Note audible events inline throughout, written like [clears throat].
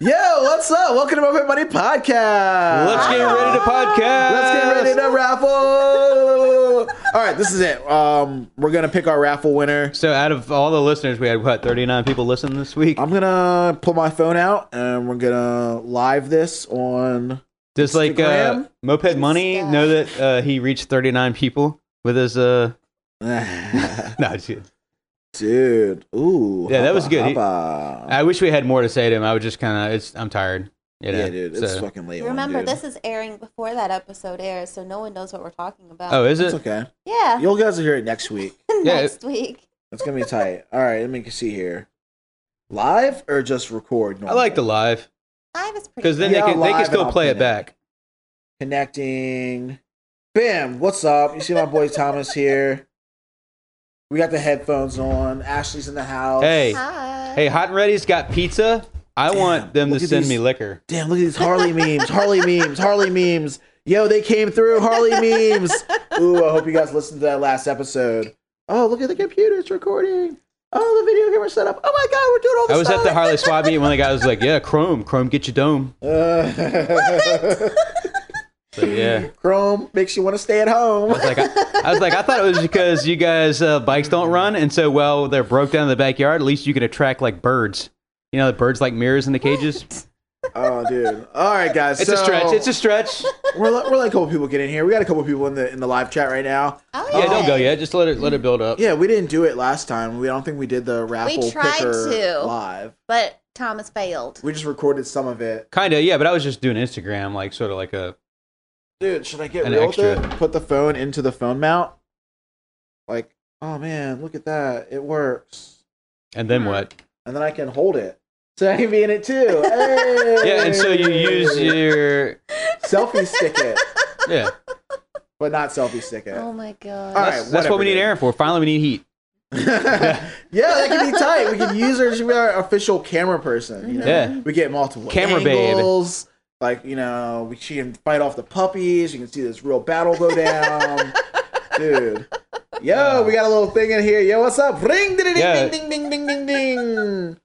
Yo, what's up? Welcome to Muppet Money Podcast. Let's get ready to podcast. Let's get ready to raffle. All right, this is it. Um, we're gonna pick our raffle winner. So, out of all the listeners, we had what 39 people listen this week. I'm gonna pull my phone out and we're gonna live this on. [laughs] Does like uh, Instagram? Moped Money Insta. know that uh, he reached 39 people with his uh? [laughs] No, just kidding. Dude, ooh, Yeah, that was good. He- hoppa. I wish we had more to say to him. I would just kind of. It's I'm tired. You know? yeah, dude, it's so- fucking late. one, Remember, dude. this is airing before that episode airs, so no one knows what we're talking about. Oh, is It's it? okay. [laughs] yeah. You guys will hear it next week. Yeah, Next week. It's gonna be tight. All right, let me see here. Live or just record? I like the live Live is pretty because then Yeah, they can they live can and still I'll play play it it. back. connecting. Bam! What's up? You see my boy Thomas here. We got the headphones on. Ashley's in the house. Hey, Hi. hey, Hot and Ready's got pizza. I Damn, want them to look at send these- me liquor. Damn, look at these Harley memes. Harley memes. Harley memes. Yo, they came through. Harley memes. Ooh, I hope you guys listened to that last episode. Oh, look at the computer. It's recording. Oh, the video camera set up. Oh my God, we're doing all this I was at the stuff. Harley Swap meet and one of the guys was like, "Yeah, Chrome, Chrome, get your dome." Uh, So, yeah. [laughs] Chrome makes you want to stay at [laughs] home. I was like, I, I was like, I thought it was because you guys uh, bikes don't run, and so well they're broke down in the backyard. At least you can attract like birds. You know, the birds like mirrors in the cages. Oh, dude. All right, guys. It's a so- stretch. It's a stretch. we're let, we're letting a couple people get in here. We got a couple people in the in the live chat right now. Oh, Yeah, don't go yet. Just let it let it build up. Yeah, we didn't do it last time. We don't think we did the raffle tried picker to. live. But Thomas failed. We just recorded some of it. Kind of, yeah. But I was just doing Instagram, like sort of like a. Dude, should I get An real with extra. it? Put the phone into the phone mount. Like, oh man, look at that. It works. And then what? And then I can hold it. So I can be in it too. Hey! [laughs] Yeah, and so you use your selfie stick it, yeah. but not selfie stick it. Oh my god. All right, That's, that's what whatever, we need dude. Aaron for. Finally, we need heat. yeah, that could be tight. We could use her. She be our official camera person. You know? Yeah. we get multiple Camera babe. angles. Like you know, we, she can fight off the puppies. You can see this real battle go [laughs] down, dude. Yo, we got a little thing in here. Yo, what's up? Ring, ding, Yeah. ding, ding, ding, ding, ding, ding.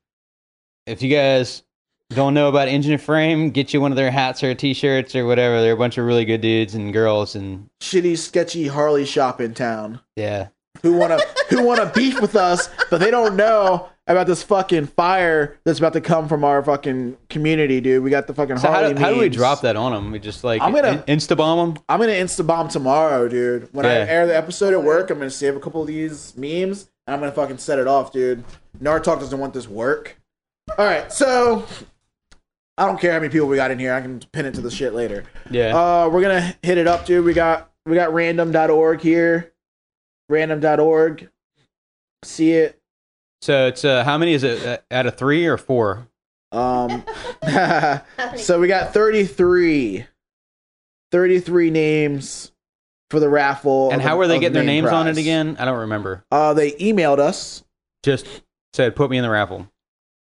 If you guys don't know about Engine Frame, get you one of their hats or t-shirts or whatever. They're a bunch of really good dudes and girls, and Shitty, sketchy Harley shop in town. yeah. Who wanna who wanna beef with us, but they don't know about this fucking fire that's about to come from our fucking community, dude. We got the fucking So how Harley. do, how do we memes. drop that on them? We just like I'm gonna- in- insta bomb them. I'm gonna insta bomb tomorrow, dude. When I Yeah. air the episode at work, I'm gonna save a couple of these memes and I'm gonna fucking set it off, dude. Nartalk doesn't want this work. All right, so I don't care how many people we got in here. I can pin it to the shit later. Yeah. Uh, we're gonna hit it up, dude. We got we got random.org here. Random.org. See it. so it's uh, how many is it? Uh, out of three or four? Um, [laughs] so we got 33, 33 names for the raffle. of and how the- were they of the getting their main names on it prize. again? I don't remember. Uh, they emailed us. Just said put me in the raffle.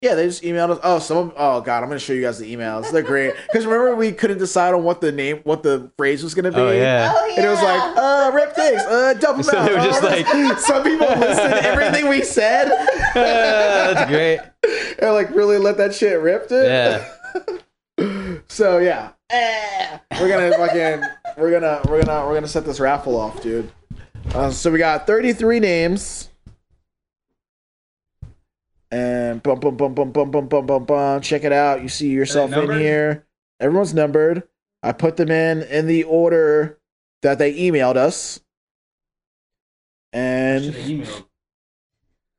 Yeah, they just emailed us. Oh, some. Of, oh God, I'm gonna show you guys the emails. They're [laughs] great. Because remember, we couldn't decide on what the name, what the phrase was gonna be. Oh yeah. Oh, And it was like, yeah. uh, rip dicks, uh, double So they were just [laughs] like- some people listed everything we said. [laughs] Uh, [laughs] that's great. and like really let that shit rip, dude. Yeah. So yeah, Eh. we're gonna fucking, we're gonna, we're gonna, we're gonna set this raffle off, dude. Uh, so we got 33 names. And bum bum bum bum bum bum bum bum bum. Check it out. You see yourself in numbered? here. Everyone's numbered. I put them in in the order that they emailed us. And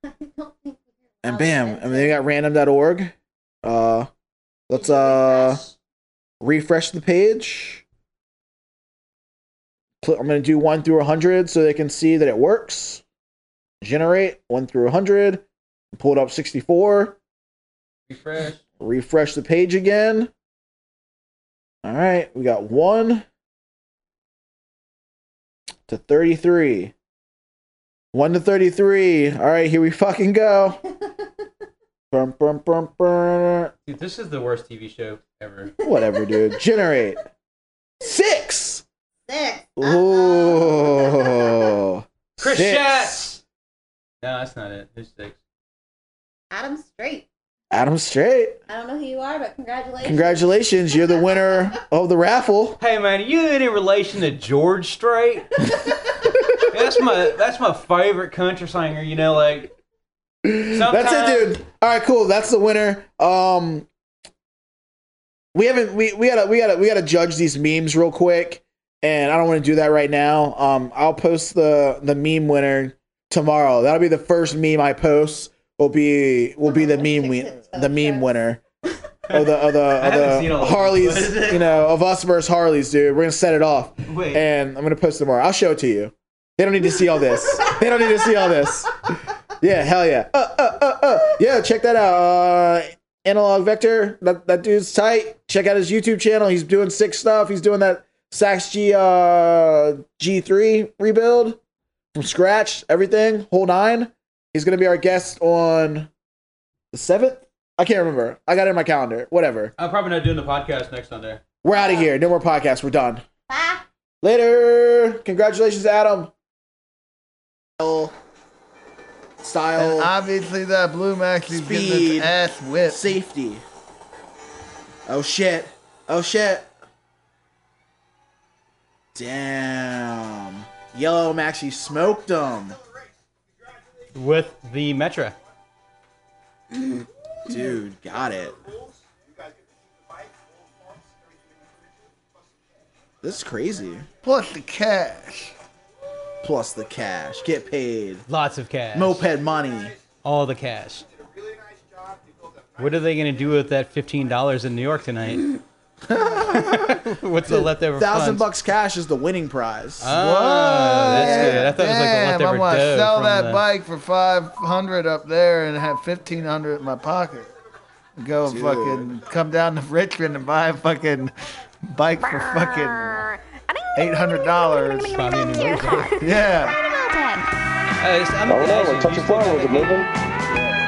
and bam, and then you got random.org. Uh, [laughs] let's uh refresh the page. Cl- I'm gonna do one through hundred so they can see that it works. Generate one through hundred. Pull it up sixty four. Refresh. Refresh the page again. All right, we got one to thirty three. One to thirty three. All right, here we fucking go. Brum, brum, brum, brum. Dude, this is the worst TV show ever. Whatever, dude. Generate six. Six. Uh-oh. Ooh. Chris Six. Schatz. No, that's not it. Who's six? Adam Straight. Adam Straight. I don't know who you are, but congratulations. Congratulations, you're the winner of the raffle. Hey man, you any relation to George [laughs] Strait? that's my that's my favorite country singer. You know, like That's sometimes- it, dude. All right, cool. That's the winner. Um, we haven't we we gotta we gotta we gotta judge these memes real quick, and I don't want to do that right now. Um, I'll post the the meme winner tomorrow. That'll be the first meme I post. Will be will be the meme we, the meme winner. Of the of the, I haven't of seen the all of them. What is Harleys, it? you know, of us versus Harleys, dude. We're gonna set it off. Wait, and I'm gonna post tomorrow. I'll show it to you. They don't need to see all this. they don't need to see all this. Yeah, hell yeah. Uh, uh, uh, uh. Yeah, check that out. Uh, Analog Vector, that, that dude's tight. Check out his YouTube channel. He's doing sick stuff. He's doing that Sax G uh, G3 rebuild from scratch. Everything, whole nine. He's gonna be our guest on the seventh. I can't remember. I got it in my calendar. Whatever. I'm probably not doing the podcast next Sunday. We're out of here. No more podcasts. We're done. Bye. Later. Congratulations, Adam. Style- And Style. obviously that blue max is getting Speed. his ass whipped. Safety. Oh shit. Oh shit. Damn. Yellow Maxi smoked him. With the Metra. Dude, got it. This is crazy. Plus the cash. Plus the cash. Get paid. Lots of cash. Moped money. All the cash. What are they going to do with that $15 in New York [laughs] tonight? What's the leftover Thousand funds? bucks cash is the winning prize. Ah, that's good. I thought Damn, it was like the leftover I'm gonna dough sell from that the- bike for 500 up there and have 1500 in my pocket. Go and Dude. fucking come down to Richmond and buy a fucking bike for fucking $800. Find me a new motorcycle. Yeah. Uh, it's- I'm I don't know, actually like touching used to flower, was it that moving?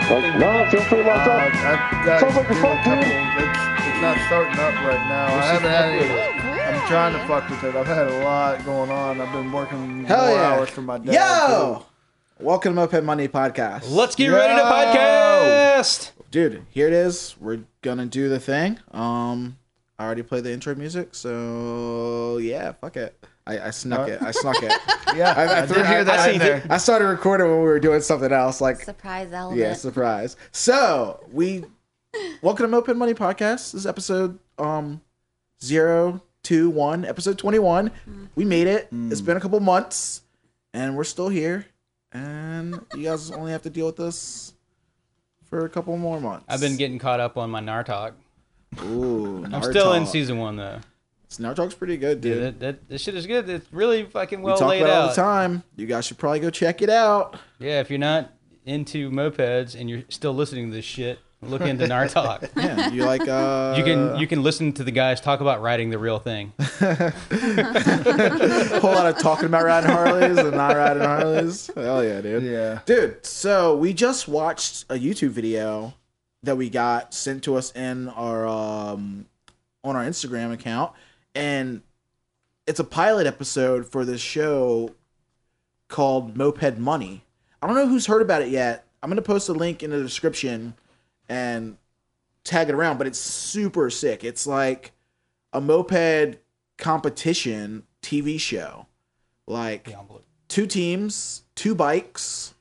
Like, no, it feels pretty Uh, locked up. I, I, Sounds like a do a fuck, couple- dude. It's, it's not starting up right now. I should haven't had fuck with any. I'm trying to fuck with it. I've had a lot going on. I've been working Hell more yeah. hours for my dad. Yo! Welcome to Moped Money Podcast. Let's get ready to Yo! podcast. Dude, here it is. We're gonna do the thing. Um I already played the intro music, so yeah, fuck it. I, I snuck it. I snuck it. too. [laughs] Yeah, I, I, I, threw, did hear that in there. I started recording when we were doing something else, like Surprise element. yeah, surprise. So we welcome to Moped Money Podcast. This is episode um zero two one, episode twenty one. Mm-hmm. We made it. It's been a couple months, and we're still here. And you guys only have to deal with this for a couple more months. I've been getting caught up on my Nartok. Ooh, I'm still in season one though. Nartalk's pretty good, Dude, dude. that, that, that shit is good. It's really fucking we well talk laid about it all the out. time. You guys should probably go check it out. Yeah, if you're not into mopeds and you're still listening to this shit, look into Nartok. Yeah, you like uh [laughs] You can you can listen to the guys talk about riding the real thing. [laughs] a whole lot of talking about riding Harleys and not riding Harleys. Hell yeah, dude. Yeah. Dude, so we just watched a YouTube video that we got sent to us in our um on our Instagram account and it's a pilot episode for this show called Moped Money. I don't know who's heard about it yet. I'm going to post a link in the description and tag it around, but it's super sick. It's like a moped competition TV show. Like two teams, two bikes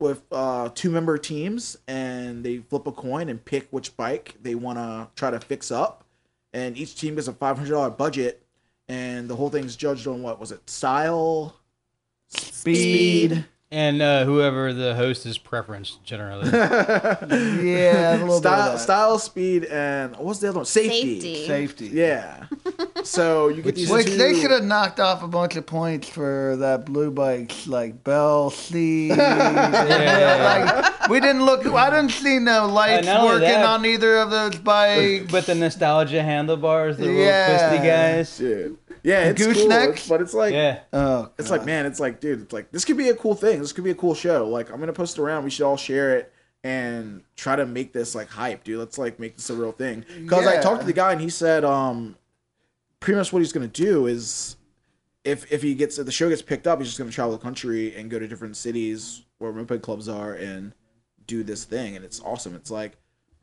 with uh, two member teams, and they flip a coin and pick which bike they want to try to fix up. And each team gets a $500 budget, and the whole thing's judged on what was it? Style, speed. And uh, whoever the host is preference generally. Yeah, a little Style, bit of that. style, speed, and what was the other one? Safety. Safety. Safety. Yeah. so you get these Which two. they should have knocked off a bunch of points for that blue bike's like Bell C. [laughs] like, we didn't look. I didn't see no lights not only working that- on either of [laughs] those bikes. but the nostalgia handlebars, the Yeah. little twisty guys. Dude. Yeah, it's cool, Goosenecks? but it's like Yeah. oh, It's like, man, it's like, dude, it's like this could be a cool thing. This could be a cool show. Like, I'm gonna post it around. We should all share it and try to make this like hype, dude. Let's like make this a real thing. Because I Yeah. talked to the guy and he said, um, pretty much what he's gonna do is, if if he gets if the show gets picked up, he's just gonna travel the country and go to different cities where moped clubs are and do this thing. And it's awesome. It's like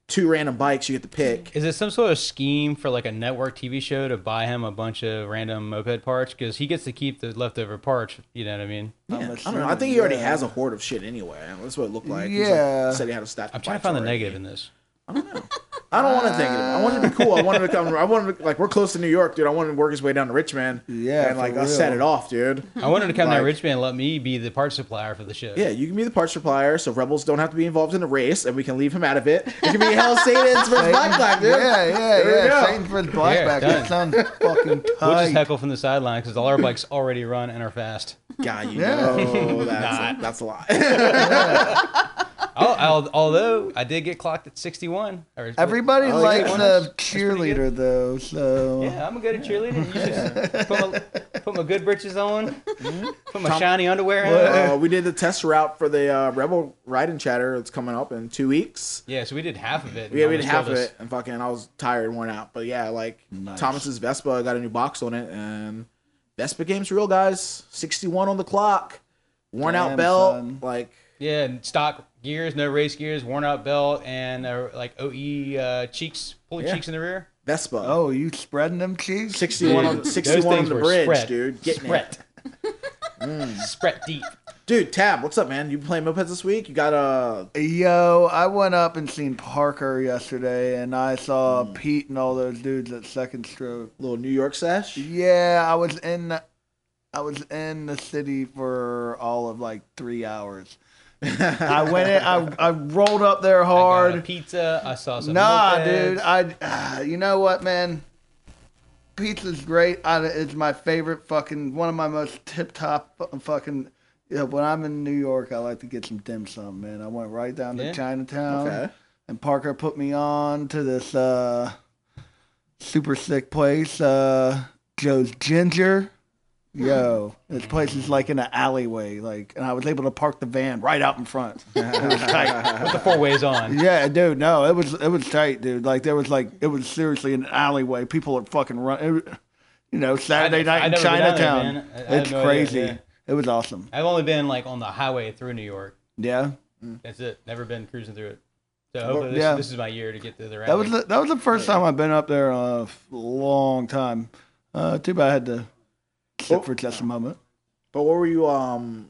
two random bikes you get to pick. Is it some sort of scheme for like a network TV show to buy him a bunch of random moped parts? Because he gets to keep the leftover parts. You know what I mean? Yeah, I'm I don't know. I think he already assuming, has a hoard of shit anyway. That's what it looked like. He's like- Yeah. said he had a stack. of I'm trying to bikes find the already. negative in this. I don't want to think of it. I wanted to be cool. I wanted to come. I wanted to, like we're close to New York, dude. I wanted to work his way down to Richmond. Yeah, and like for I set real. it off, dude. I wanted to come Like- down to Richmond and let me be the part supplier for the show. Yeah, you can be the parts supplier, so rebels don't have to be involved in the race, and we can leave him out of it. It can [laughs] be Hell Satan's versus Black Black, dude. Yeah, yeah, There we yeah. go. Satan for the blackback. Yeah, That sounds fucking tight. [laughs] We'll just heckle from the sideline because all our bikes already run and are fast. God, you Yeah. know that's, that's a lot. [laughs] yeah, Al- al- although I did get clocked at 61. Or, Everybody Oh, yeah. likes a That's pretty cheerleader though, so Yeah, I'm a good cheerleader. You [laughs] should put, my, put my good britches on, Mm-hmm. put my shiny underwear on. uh, we did the test route for the uh, Rebel Ride and Chatter. It's coming up in two weeks. Yeah, so we did half of it. and Yeah, we did almost half of killed us. it, and fucking, I was tired, and worn out. But yeah, like Thomas's Vespa got a new box on it, and Vespa game's real, guys. Sixty-one on the clock, worn out Damn, belt, son. like Yeah, and stock gears, no race gears, worn out belt, and uh, like OE uh, cheeks, pulley Yeah. cheeks in the rear. Vespa. Oh, you spreading them cheeks? 61 on, Dude, those 61 on things the were bridge, spread. dude. Getting it. Mm. Spread. Spread deep. Dude, Tab, what's up, man? You been playing mopeds this week? You got uh Yo, I went up and seen Parker yesterday, and I saw Hmm. Pete and all those dudes at Second Stroke. little New York sesh? Yeah, I was in, I was in the city for all of like three hours. [laughs] I went in, I I rolled up there I got a hard. pizza. I saw some. Nah, mopeds. dude, I ah, you know what, man. Pizza's great. I, it's my favorite fucking one of my most tip top fucking. You know, when I'm in New York, I like to get some dim sum, man. I went right down to Yeah. Chinatown, Okay. and Parker put me on to this uh, super sick place, uh, Joe's Ginger. Yo, this place is like in an alleyway, like, and I was able to park the van right out in front. It was tight. Put the four ways on. [laughs] Yeah, dude. No, it was it was tight, dude. Like there was like it was seriously an alleyway. People are fucking run. It, you know, Saturday I- night I in never been down there, Chinatown. man. I- I have it's no idea, crazy. yeah. It was awesome. I've only been like on the highway through New York. Yeah, That's it. Never been cruising through it. So hopefully this, yeah. this is my year to get through the. that was the, that was the first time I've been up there in a f- long time. Uh, too bad I had to sit for just Oh. a moment. But what were you um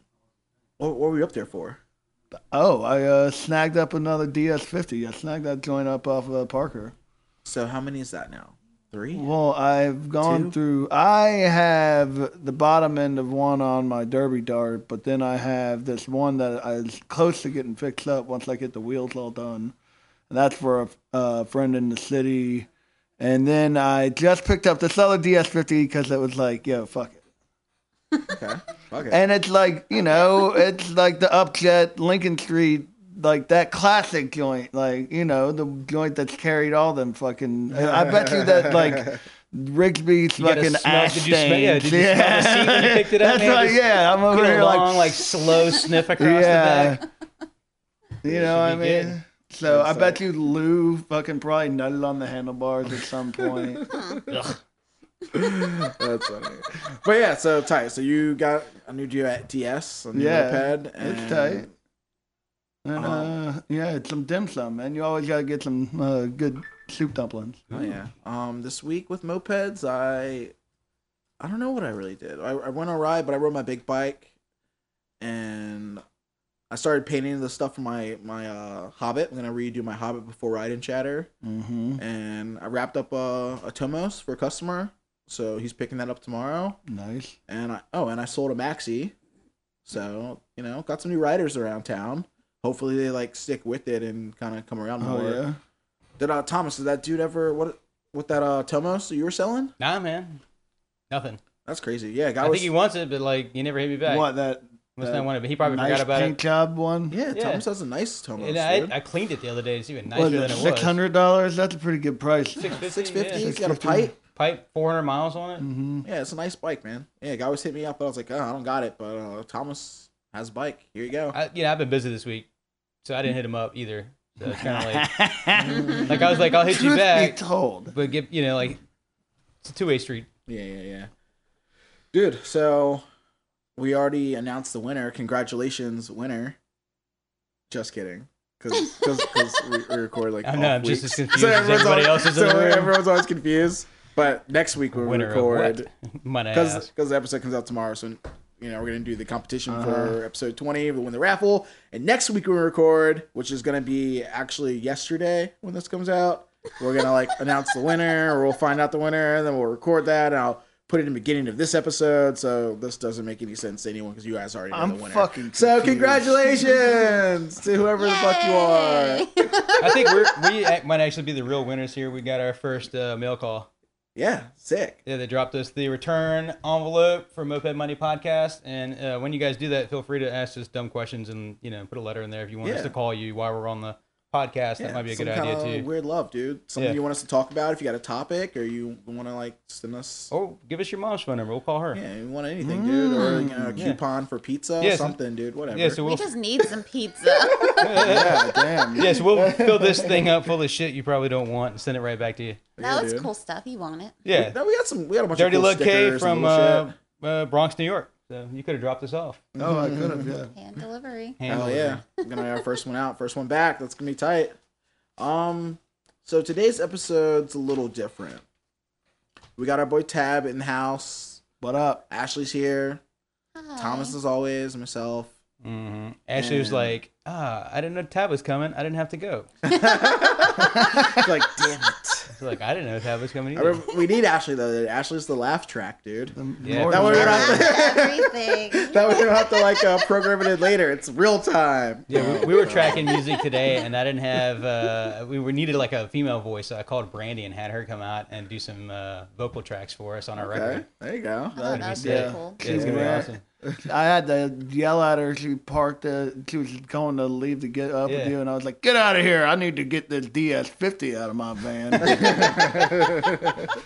what, what were you up there for? Oh, I uh, snagged up another DS50. I snagged that joint up off of Parker. So how many is that now? Three? Well, I've gone Two? through. I have the bottom end of one on my derby dart, but then I have this one that is close to getting fixed up once I get the wheels all done. And that's for a uh, friend in the city. And then I just picked up this other DS50 because it was like, yo, fuck it. Okay. Okay. And it's like, you know, it's like the Upjet Lincoln Street, like that classic joint, like, you know, the joint that's carried all them fucking. I bet you that, like, Rigsby's You gotta fucking smell- ash Did you smell? Yeah, did stains. you smell the seat when you picked it up? That's man? right, Just yeah. I'm over Get here a long, like, like [laughs] slow sniff across yeah. the back. You know what I be mean? So I bet you Lou fucking probably nutted on the handlebars at [laughs] some point. That's funny. But yeah, so tight. So you got a new Geo at DS, a new Yeah, moped, and it's tight. And Uh-huh. uh, yeah, it's some dim sum, man. You always gotta get some uh, good soup dumplings. Oh yeah. Um, this week with mopeds, I, I don't know what I really did. I, I went on a ride, but I rode my big bike, and I started painting the stuff for my my uh, Hobbit. I'm gonna redo my Hobbit before ride and chatter, Mm-hmm. and I wrapped up uh, a, a Tomos for a customer, so he's picking that up tomorrow. Nice. And I oh, and I sold a maxi, so you know got some new riders around town. Hopefully they like stick with it and kind of come around Oh more. yeah. Did uh Thomas? Did that dude ever what? What that uh Tomos that you were selling? Nah, man, nothing. That's crazy. Yeah, guy I, was. think he wants it, but like he never hit me back. What that Must that not want it, but he probably nice forgot about paint it. job one? yeah, Yeah. Thomas has a nice Tomos. And dude. I, I cleaned it the other day. It's even nicer Was than it it was. six hundred dollars? That's a pretty good price. 650, Six fifty. yeah. He's got a pipe. Pipe, 400 miles on it. Mm-hmm. Yeah, it's a nice bike, man. Yeah, guy was hitting me up, but I was like, oh, I don't got it, but uh, Thomas has a bike. Here you go. I, you know, I've been busy this week, so I didn't hit him up either. So it's kind of like, [laughs] like I was like, I'll hit you Truth back, be told, but get you know, like it's a two-way street. yeah, yeah, yeah. Dude, so we already announced the winner. Congratulations, winner. Just kidding. because we, we record like. [laughs] I off know, I'm just weeks. as confused as everyone's everybody always- else is in so the room. Everyone's always confused. But next week we'll Winner record of what? [laughs] Might I because ask? because the episode comes out tomorrow. So you know we're gonna do the competition Uh-huh. for episode twenty. We'll win the raffle, and next week we record, which is gonna be actually yesterday when this comes out. We're gonna like [laughs] announce the winner, or we'll find out the winner, and then we'll record that, and I'll put it in the beginning of this episode. So this doesn't make any sense to anyone because you guys already know I'm the winner. fucking so confused. congratulations to whoever the fuck you are. Yay! [laughs] I think we're, we act- might actually be the real winners here. We got our first uh, mail call. Yeah, sick. Yeah, they dropped us the return envelope for Moped Money Podcast. And uh, when you guys do that, feel free to ask us dumb questions and you know put a letter in there if you want Yeah. us to call you while we're on the podcast. Yeah, that might be a some good idea kinda too. Weird love, dude. Something Yeah. you want us to talk about? If you got a topic, or you want to like send us Oh, give us your mom's phone number. We'll call her. Yeah, Yeah, you want anything, dude, or you know, a Mm. Yeah. coupon for pizza, Yeah, so- something, dude, whatever. so we [laughs] we'll just need some pizza. Yeah, [laughs] damn. yes, we'll fill this [laughs] thing up full of shit you probably don't want and send it right back to you. no, it's dude. cool stuff. You want it? Yeah, No, we got some. We got a bunch Dirty of cool Lug K stickers and from cool uh, shit. uh, Bronx, New York. So you could have dropped this off. Oh, I could have. Yeah. Hand delivery. Hand Oh delivery. yeah, we're gonna be our first one out, first one back. That's gonna be tight. Um, so today's episode's a little different. We got our boy Tab in the house. What up? Ashley's here. Hi. Thomas as always. Myself. hmm Ashley was And- like, "Ah, I didn't know Tab was coming. I didn't have to go." like, [laughs] damn it. She's like, "I didn't know Tab was coming I either." remember- we need Ashley though. Ashley's the laugh track, dude. [laughs] Yeah. More That than way we're that. not- everything. [laughs] That way we don't have to like uh, program it in later. It's real time. Yeah, we, we were tracking music today, and I didn't have. Uh, we were needed like a female voice, so I called Brandy and had her come out and do some uh, vocal tracks for us on our Okay, record. there you go. I thought that was Yeah. Oh, pretty cool. Yeah, it's gonna be Yeah. awesome. [laughs] I had to yell at her. She parked. Uh, she was going to leave to get up Yeah. with you, and I was like, "Get out of here! I need to get this DS50 out of my van." [laughs]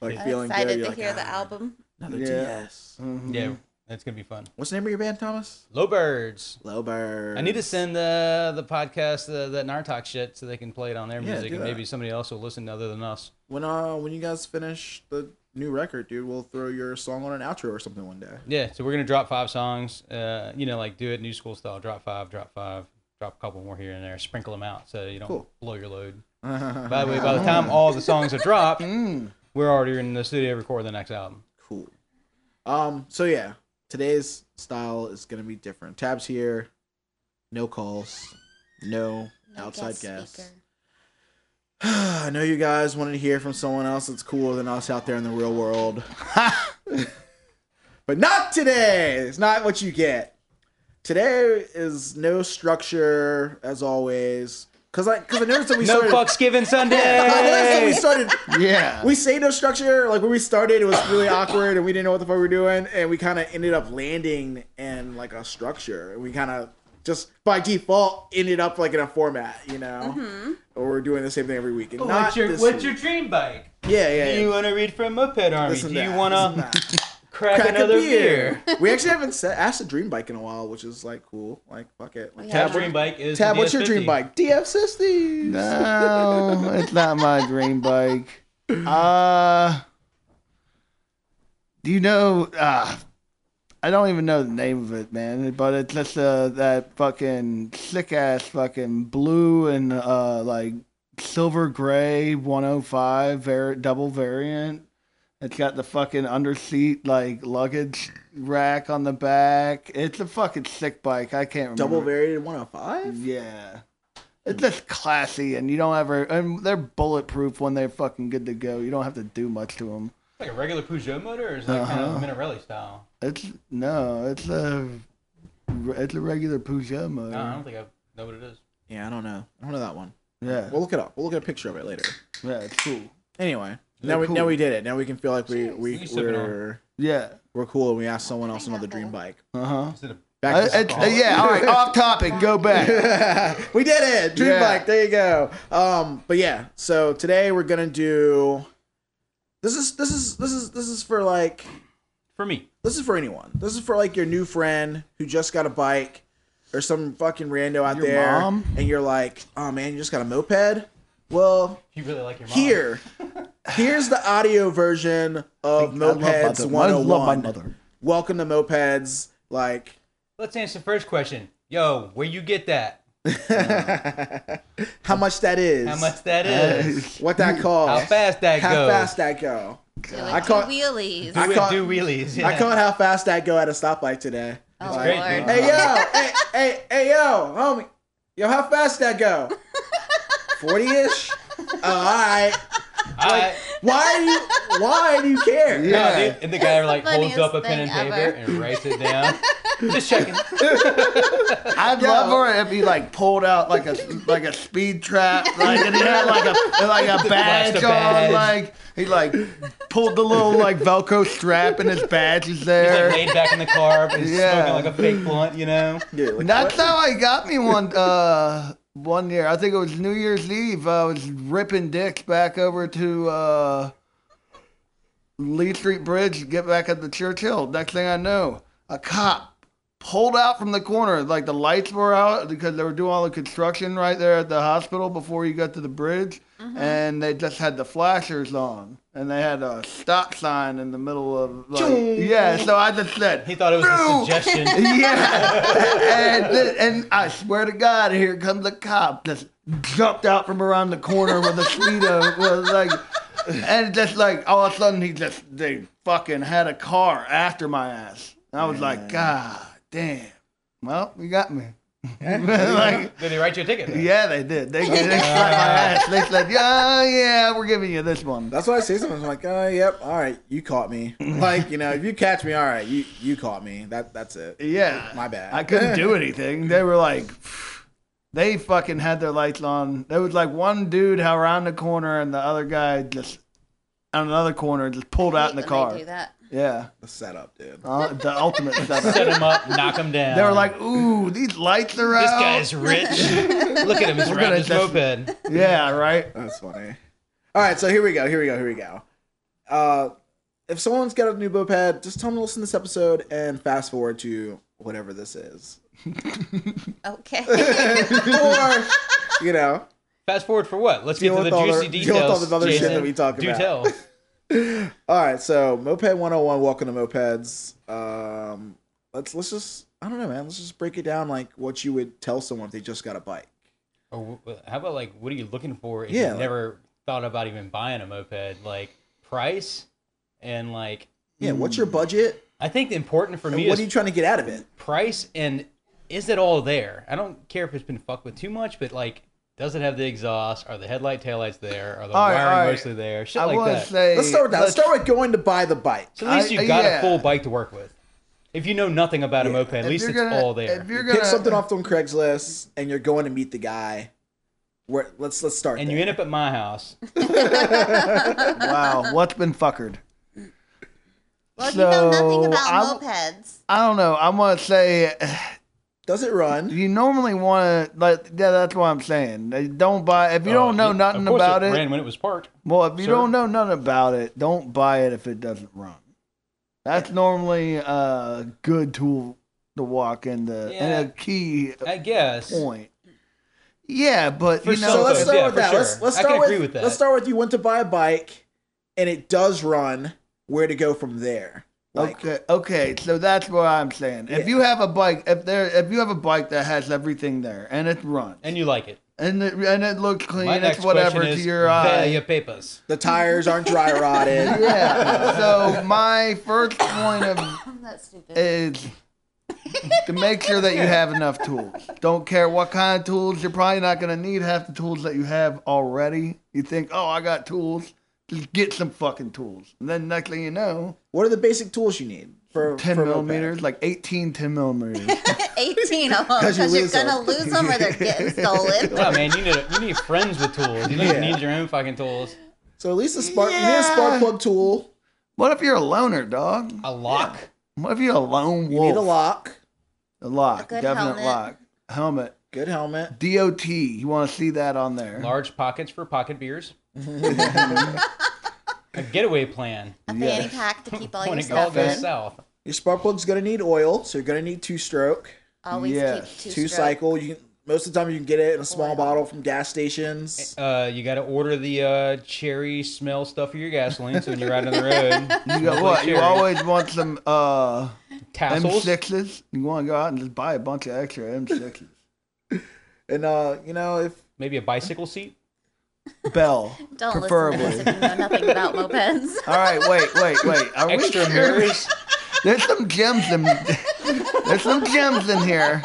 Like I'm feeling excited good. to you're like, hear "Ah, the album. Another Yeah. DS. Mm-hmm. Mm-hmm. Yeah, that's gonna be fun. What's the name of your band, Thomas? Lowbirds. Lowbird. I need to send the the podcast the, that Nartok shit so they can play it on their Yeah, music, do and that. maybe somebody else will listen other than us. when uh when you guys finish the new record, dude, we'll throw your song on an outro or something one day. Yeah, so we're gonna drop five songs. Uh, you know, like do it new school style. Drop five, drop five, drop a couple more here and there. Sprinkle them out so you don't Cool. blow your load. by the way, by the time all the songs are dropped, Mm. we're already in the studio recording the next album. [laughs] Cool. Um. So yeah, today's style is gonna be different. Tabs here. No calls. No, No outside guest guests. speaker. I know you guys wanted to hear from someone else that's cooler than us out there in the real world. but not today. It's not what you get. Today is no structure as always. Cause I cause I noticed that we No started fucks given I noticed that we Sunday. started yeah. we say no structure. Like when we started, it was really awkward and we didn't know what the fuck we were doing. And we kind of ended up landing in like a structure. We kind of just by default ended up like in a format, you know? Or we're doing the same thing every week. And [laughs] not what's your this What's week. your dream bike? Yeah, yeah, Do yeah. you want to read from Moped Army? Listen Do to you that. want Listen to to that. crack, Crack a another beer? [laughs] we actually haven't sa- asked a dream bike in a while, which is like cool. Like fuck it. Like, We Tab have dream one. bike is the Tab, what's your dream DS50. bike? DF sixty. No, it's not my dream bike. Uh, do you know? Uh, I don't even know the name of it, man. But it's just uh, that fucking sick ass fucking blue and uh, like silver gray 105 var- double variant. It's got the fucking underseat like luggage rack on the back. It's a fucking sick bike. I can't remember. Double variated one hundred five. Yeah. It's just classy, and you don't ever. And they're bulletproof when they're fucking good to go. You don't have to do much to them. Like a regular Peugeot motor, or is it like Uh-huh. kind of Minarelli style? It's no, it's a, it's a regular Peugeot motor. No, I don't think I know what it is. Yeah, I don't know. I don't know that one. Yeah, We'll look it up. We'll look at a picture of it later. yeah, it's cool. Anyway, now we now we did it. Now we can feel like we we You sipping on it. we're Yeah, we're cool and we asked someone else another dream bike. uh huh. Is it a Back to It's, uh, yeah, all right. Off topic. Go [laughs] back. we did it. Dream Yeah. bike. There you go. Um, but yeah. So today we're gonna do. This is this is this is this is for like for me? this is for anyone. This is for like your new friend who just got a bike, or some fucking rando out Your there, mom? and you're like, oh man, you just got a moped. Well, You really like your mom. here, here's the audio version of I love my Mopeds mother. I love my 101. mother. Welcome to Mopeds. Like, [laughs] Let's answer the first question. Yo, where you get that? how much that is? How much that is? What that cost? How fast that How goes. fast that go? Doing I two caught- wheelies. I Do, caught- it, do wheelies. [laughs] Yeah. I [laughs] caught how fast that go at a stoplight today. oh, great, Lord. Uh-huh. man. Hey yo, hey, hey, hey yo, homie, yo, how fast that go? Forty ish. Oh, all right. [laughs] I, Why do you? Why do you care? Yeah. no, dude, and the guy like That's the holds up a pen and funniest paper thing ever. and writes [laughs] it down. Just checking. I'd love for it if he like pulled out like a like a [laughs] speed trap, like and he had like a like a badge Flashed a on, badge. like he like pulled the little like Velcro strap and his badge He's is like there. laid back in the car and Yeah. smoking like a fake blunt, you know. Yeah, like, That's how I got me one uh one year. I think it was New Year's Eve. I was ripping dicks back over to uh Lee Street Bridge, get back at the Churchill. Next thing I know, a cop pulled out from the corner. Like the lights were out because they were doing all the construction right there at the hospital before you got to the bridge. And they just had the flashers on. And they had a stop sign in the middle of like, Yeah, so I just said He thought it was "No!" [laughs] a suggestion. yeah. [laughs] and, th- and I swear to God, here comes a cop just jumped out from around the corner with a speedo, [laughs] was like, and just like all of a sudden he just they fucking had a car after my ass. And I was like, God damn. Well, you got me. [laughs] like, Did he write you a ticket? though? yeah, they did. They, they slapped my ass. They said, Yeah, yeah, we're giving you this one. That's why I say something I'm like, oh, yep, all right, you caught me. Like, you know, if you catch me, all right, you you caught me. That that's it. Yeah. My bad. I couldn't do anything. They were like, they fucking had their lights on. There was like one dude around the corner and the other guy just on another corner just pulled out in the Hate when they car. do that. Yeah. The setup, dude. Uh, the ultimate Set setup. him up, knock him down. They were like, ooh, these lights are This out. [laughs] guy's rich. Look at him. He's We're riding gonna his just- moped. Yeah, right? That's funny. All right, so here we go. Here we go. Here we go. Uh, if someone's got a new moped, just tell them to listen to this episode and fast forward to whatever this is, Okay. [laughs] or you know, Fast forward for what? Let's Deal get to with the all the- juicy deal with all details. the other shit Jason. that we talk Do about. [laughs] tell. All right, so moped 101, welcome to mopeds. Um, let's let's just I don't know, man. Let's just break it down like what you would tell someone if they just got a bike. Or wh- how about like, what are you looking for? If Yeah, you like- never thought about even buying a moped, like price and like. Yeah, what's your budget? I think important for And me what is are you trying to get out of it? price and is it all there? I don't care if it's been fucked with too much, but like, does it have the exhaust? Are the headlight taillights there? Are the All right, wiring all right. mostly there? Shit I like want that. to say. Let's start with that. Let's start with going to buy the bike. So at least I- uh, you got yeah. a full bike to work with. If you know nothing about a moped, at if least you're it's gonna- all there. If you're Pick gonna, something off on Craigslist, and you're going to meet the guy. Where let's let's start. and there. you end up at my house. [laughs] Wow, what's been fuckered? Well, if you know So, nothing about I w- mopeds, I don't know. I want to say does it run? you normally want to like yeah that's what i'm saying They don't buy if you don't know Oh, Uh, Of nothing course about it, ran when it was parked. well if you Sure. don't know nothing about it don't buy it if it doesn't run that's normally a good tool to walk in the and Yeah. a key I guess. point yeah but For you know so let's Yeah, start yeah, with for that. sure. Let's, let's I start can with, agree with that. Let's start with you went to buy a bike, and it does run. Where to go from there? Like, okay okay so that's what i'm saying if you have a bike if there if you have a bike that has everything there and it runs And you like it. and it, and it looks clean My it's next whatever question to is, your "There eye are your papers. the tires aren't dry [laughs] rotted. yeah so my first point of Oh, that's stupid. [laughs] is Uh, to make sure that you have enough tools. Don't care what kind of tools. You're probably not going to need half the tools that you have already. You think, oh, I got tools. Just get some fucking tools. And then next thing you know, what are the basic tools you need for 10 for a moped? millimeters, like 18 10 millimeters. 18 of them 'Cause because you are you lose going to 'em. lose them or they're getting stolen. Oh man, you need you need friends with tools. You don't Yeah. need your own fucking tools. So at least a spark. You need a spark Yeah. plug tool. what if you're a loner, dog? A lock. What if you're a lone wolf? You need a lock. A lock, A good definite helmet. lock. Helmet. Good helmet. DOT. You want to see that on there. Large pockets for pocket beers. a getaway plan A Yeah. fanny pack to keep all when your it all stuff goes in. south. Your spark plug's gonna need oil, so you're gonna need two stroke, Always Yes. keep two, two stroke. cycle. You can, most of the time you can get it in a small Oil. bottle from gas stations. Uh, you got to order the uh, cherry smell stuff for your gasoline. So when you're riding on the road, You got what? You Cherry. always want some uh, tassels. M6s. You want to go out and just buy a bunch of extra M6s. And uh, you know, if Maybe a bicycle seat. Bell, Don't preferably. listen to this if you know nothing about mopeds. All right, wait, wait, wait. Are Extra we sure? mirrors. There's some gems in there's some gems in here.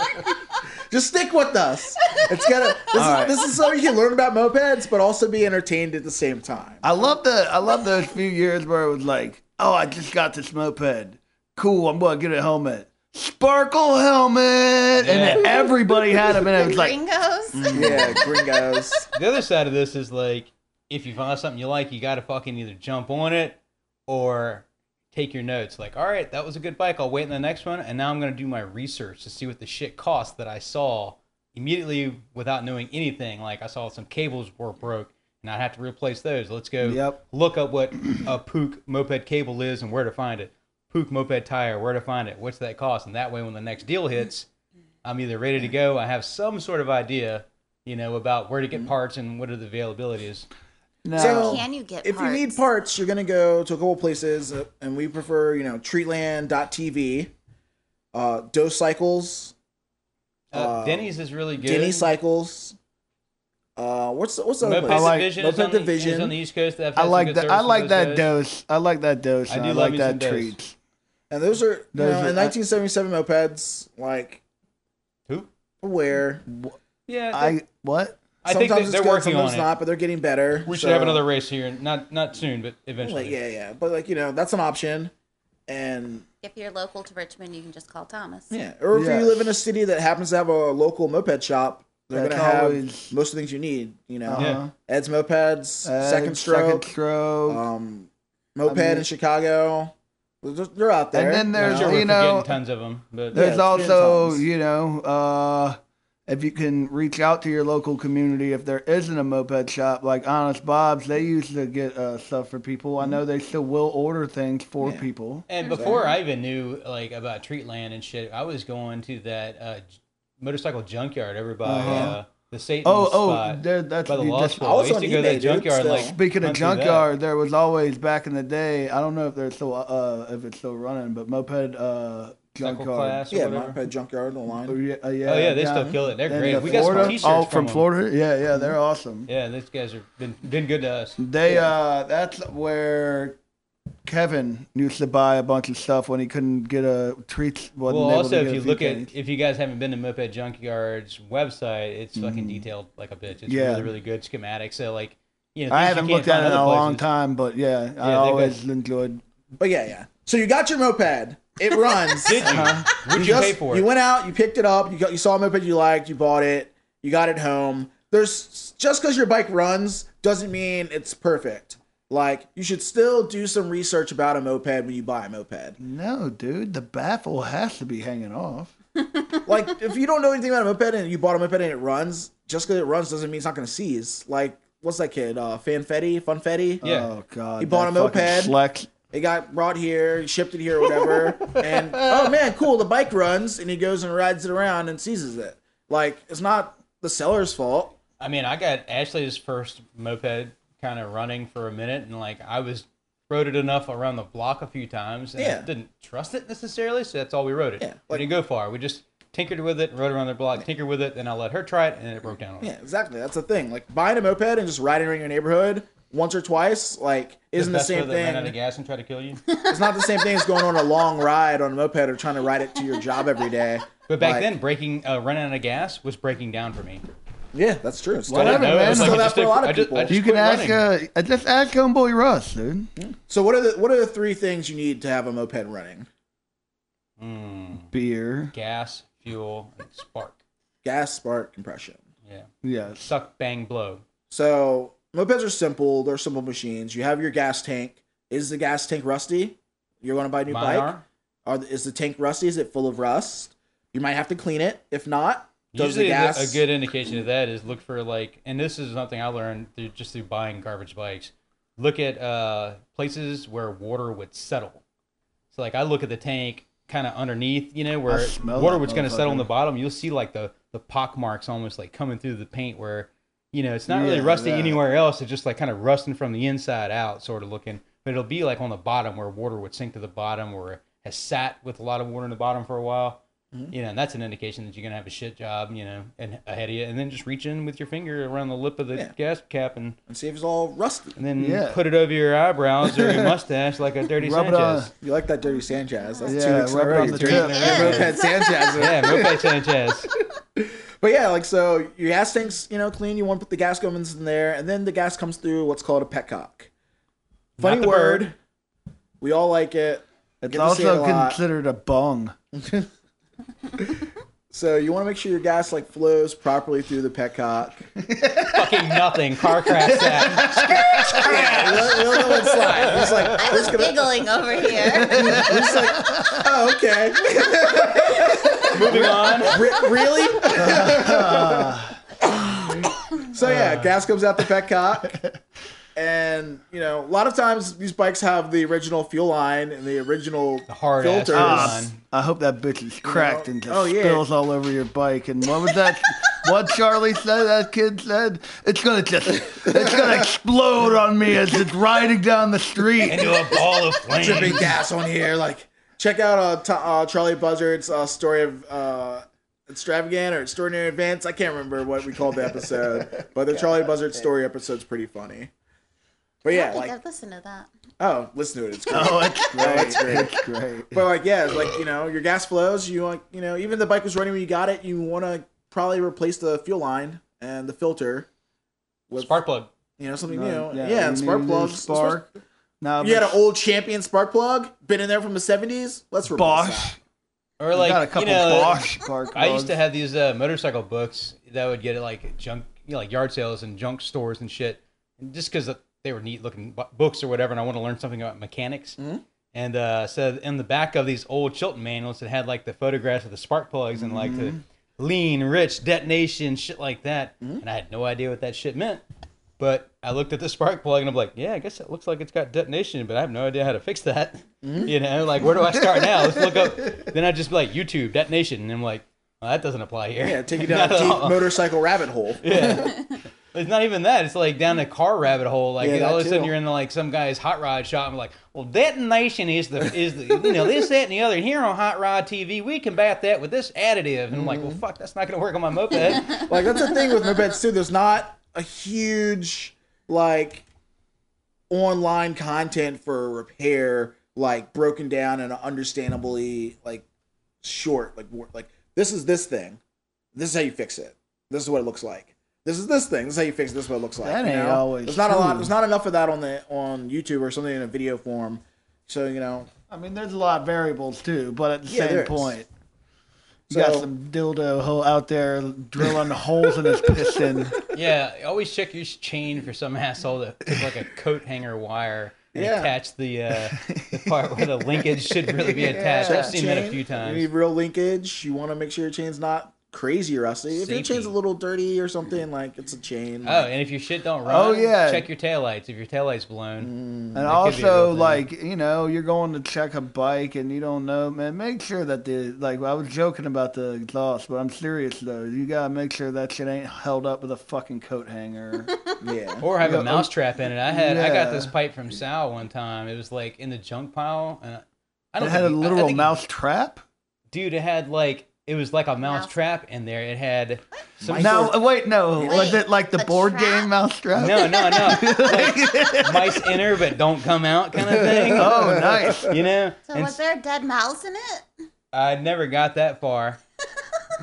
just stick with us. It's gonna this, is, All right. this is something you can learn about mopeds, but also be entertained at the same time. I love the I love those few years where it was like, oh, I just got this moped. Cool, I'm gonna get a helmet. Sparkle helmet, and then everybody had them, and it was like, Gringos. Yeah, gringos. The other side of this is like, if you find something you like, you got to fucking either jump on it or take your notes. Like, all right, that was a good bike. I'll wait in the next one. And now I'm going to do my research to see what the shit cost that I saw immediately without knowing anything. Like, I saw some cables were broke and I have to replace those. Let's go Yep. look up what a Pook moped cable is and where to find it. Pook moped tire, where to find it. What's that cost? And that way, when the next deal hits, I'm either ready to go. I have some sort of idea, you know, about where to Mm-hmm. get parts and what are the availability is. no. So- Can you get Oh. if you parts? need parts, you're gonna go to a couple places, uh, and we prefer, you know, Treatland.tv, uh, Dose Cycles, Uh, Uh, Denny's is really good. Denny Cycles. Uh, what's what's the other Moped place? like- Division, is, Moped on the, Division. is on the East Coast. That I like that. I like that dose. I like that dose. I and do I love like me that some dose. treat. And those are, you Those know, are- in 1977 mopeds, like Who? aware. Yeah, I, I what? I think that it's they're good, working on sometimes it. not, but they're getting better. we should so- have another race here, not not soon, but eventually. Like, yeah, yeah, but like you know, that's an option. And If you're local to Richmond, you can just call [laughs] Thomas. yeah, or if Yes. you live in a city that happens to have a local moped shop, they're That's gonna have always- most of the things you need. You know, Yeah. Uh-huh. Ed's mopeds, Uh, second stroke, Second stroke. um, moped I mean- in Chicago. They're they're out there. and then I'm there's sure we're you know forgetting tons of them, but There's Yeah, it's been also, times. you know, uh, if you can reach out to your local community, if there isn't a moped shop like Honest Bob's, they used to get uh, stuff for people. I know they still will order things for Mm-hmm. Yeah. people. And before I even knew like about Treatland and shit, I was going to that uh, j- motorcycle junkyard over by uh the Satan Oh, oh, spot there, that's by the you law just, school. Uh-huh. I was I used on to go to eBay, dude, that junkyard still. like Speaking of hunt through that. junkyard, there was always back in the day. I don't know if they're still uh, if it's still running, but moped uh, Cycle junkyard. class or yeah, whatever. moped junkyard online. Oh yeah, uh, yeah, Oh yeah, they down still kill it. They're in great. We got Florida. some T-shirts oh, from, from 'em. Mm-hmm. Florida. Yeah, yeah, they're awesome. Yeah, these guys have been been good to us. They uh that's where Kevin used to buy a bunch of stuff when he couldn't get a treat. Well, also if you look at if you guys haven't been to Moped Junkyard's website, it's fucking detailed like a bitch. It's Mm-hmm. Yeah. really really good schematics. So like, you know, I things you haven't can't looked at find it in a other long places. time, but yeah, I got- always enjoyed. But yeah, yeah. So you got your moped. It runs. Did you? Uh-huh. Would you, just- pay for it? You went out, you picked it up, you got you saw a moped you liked, you bought it, you got it home. There's just because your bike runs doesn't mean it's perfect. Like you should still do some research about a moped when you buy a moped. No, dude, the baffle has to be hanging off. Like [laughs] if you don't know anything about a moped and you bought a moped and it runs, just because it runs doesn't mean it's not going to seize. Like what's that kid? Uh, Fanfetti, Funfetti. Yeah. Oh god, He bought that a fucking moped. Flex. It got brought here, he shipped it here, or [laughs] whatever. and oh man, cool, the bike runs, and he goes and rides it around and seizes it. Like it's not the seller's fault. I mean, I got Ashley's first moped kind of running for a minute, and like I was rode it enough around the block a few times, and I Yeah. didn't trust it necessarily, so that's all we rode it. Yeah, we like- didn't go far. We just tinkered with it, rode around the block, tinkered with it, and I let her try it, and it broke down. on us. Yeah, exactly. That's the thing. Like buying a moped and just riding around your neighborhood once or twice, like, isn't the, That's where same they ran out of thing. gas and tried to kill you. It's not the same thing as going on a long ride on a moped or trying to ride it to your job every day. [laughs] But back Like, then, breaking uh, running out of gas was breaking down for me. yeah, that's true. It's still- Whatever, I didn't know. man. It was like, Still I that just for a did- lot of I just- people. I You just You can quit ask, running. uh, uh, just ask Homeboy Russ, dude. So what are the what are the three things you need to have a moped running? Mm, Beer, gas, fuel, and spark. Gas, spark, compression. Yeah, yes. suck, bang, blow. So mopeds are simple. They're simple machines. You have your gas tank. Is the gas tank rusty? You're going to buy a new Mine bike. are. Are the, is the tank rusty? Is it full of rust? You might have to clean it. If not, does Usually, the the- gas a good indication of that is look for like, and this is something I learned through, just through buying garbage bikes. Look at uh, places where water would settle. So, like, I look at the tank kind of underneath, you know, where smell water that was going to settle on motherfucker. the bottom. You'll see like the the pock marks almost like coming through the paint where, you know, it's not really Yeah, rusty that. anywhere else. It's just like kind of rusting from the inside out, sort of looking. But it'll be like on the bottom where water would sink to the bottom, or has sat with a lot of water in the bottom for a while. Mm-hmm. You know, and that's an indication that you're gonna have a shit job, you know, and ahead of you, and then just reach in with your finger around the lip of the Yeah. gas cap and, and see if it's all rusty. and then Yeah. put it over your eyebrows [laughs] or your mustache like a dirty Rub it on. Sanchez. You like that dirty Sanchez? That's two Yeah, weeks in rub a it row. on you the dirty- tip. you Moped Sanchez. Yeah, Moped Sanchez. But yeah, like so, your gas tank's you know clean. You want to put the gas gums in there, and then the gas comes through what's called a petcock. Funny the word. bird. We all like it. Get It's to see it a also lot. considered a bong. so you want to make sure your gas like flows properly through [laughs] the petcock. Fucking nothing. Car crash that. yeah, we'll, we'll let it slide. It's like I was giggling over here. oh okay, [laughs] Moving on. Re- [laughs] really. so yeah, gas comes out the petcock. And you know, a lot of times these bikes have the original fuel line and the original The hard ass filters. fuel Ah, line. I hope that bitch is cracked and just Oh, yeah. spills all over your bike. And what was [laughs] that? what Charlie said? That kid said it's gonna just it's gonna explode on me as it's riding down the [laughs] street. Into a ball of dripping flame. gas on here. Like, check out uh, t- uh, Charlie Buzzard's uh, story of uh, extravagant or extraordinary events. I can't remember what we called the episode, [laughs] but the Charlie Buzzard story episode's pretty funny. But I [laughs] yeah, think like, I've listened to that. oh, listen to it. It's great. [laughs] Oh, it's No, it's great. great. It's great. But like, yeah, it's like you know, your gas flows. You want, you know, even the bike was running when you got it. You want to probably replace the fuel line and the filter with Spark plug. you know something No, new. Yeah, and you spark need a plugs. Spark. Now You had an it's old champion spark plug, been in there from the seventies. Let's replace that. Bosch. Or I like got a couple you know, Bosch spark I used to plugs. have these uh, motorcycle books that would get at like junk, you know, like yard sales and junk stores and shit, and just because they were neat looking bu- books or whatever, and I want to learn something about mechanics. And uh, so in the back of these old Chilton manuals, it had like the photographs of the spark plugs and like the lean, rich detonation shit like that, and I had no idea what that shit meant. But I looked at the spark plug and I'm like, yeah, I guess it looks like it's got detonation, but I have no idea how to fix that. Mm-hmm. You know, like where do I start now? Let's [laughs] look up. Then I just be like YouTube detonation, and I'm like, well, that doesn't apply here. Yeah, [laughs] take you [laughs] down a Not at deep all. motorcycle rabbit hole. Yeah. It's not even that. It's like down a car rabbit hole. Like Yeah, all that of a sudden too. you're in like some guy's hot rod shop. And like, well, detonation is the is the you know this that and the other. And here on Hot Rod TV, we combat that with this additive. And I'm like, well, Mm-hmm. fuck, that's not gonna work on [laughs] my moped. Like that's the thing with mopeds too. There's not a huge like online content for repair, like broken down and understandably like short. Like wor- like this is this thing. This is how you fix it. This is what it looks like. This is this thing. This is how you fix. it. This is what it looks like. That you ain't know? always There's not a lot. true. There's not enough of that on the on YouTube or something in a video form. So you know, I mean, there's a lot of variables too, but at the Yeah, there same is. point, you So- got some dildo hole out there drilling holes in [laughs] his piston. yeah, always check your chain for some asshole that took like a coat hanger wire and Yeah. attached the uh, the part where the linkage should really [laughs] be attached. I've seen that a chain, few times. You need real linkage. You want to make sure your chain's not crazy rusty. If your Safety. chain's a little dirty or something, like it's a chain. Oh, and if your shit don't run, Oh, yeah. check your taillights. If your taillight's blown, And That Mm, could be a real also, thing. like you know, you're going to check a bike and you don't know, man. Make sure that the like I was joking about the exhaust, but I'm serious though. You gotta make sure that shit ain't held up with a fucking coat hanger. yeah. or have Yeah, a oh, mousetrap in it. I had I got yeah. this pipe from Sal one time. It was like in the junk pile, and I- [laughs] I it don't had a think- I- I literal think- mouse trap. Dude, it had like it was like a Mouse. mousetrap in there. It had some No, wait, no. was Wait, it like the a board trap? game mouse trap? [laughs] no, no, no, like mice enter but don't come out kind of thing. Oh, nice. You know, So And was there a dead mouse in it? [laughs] I never got that far.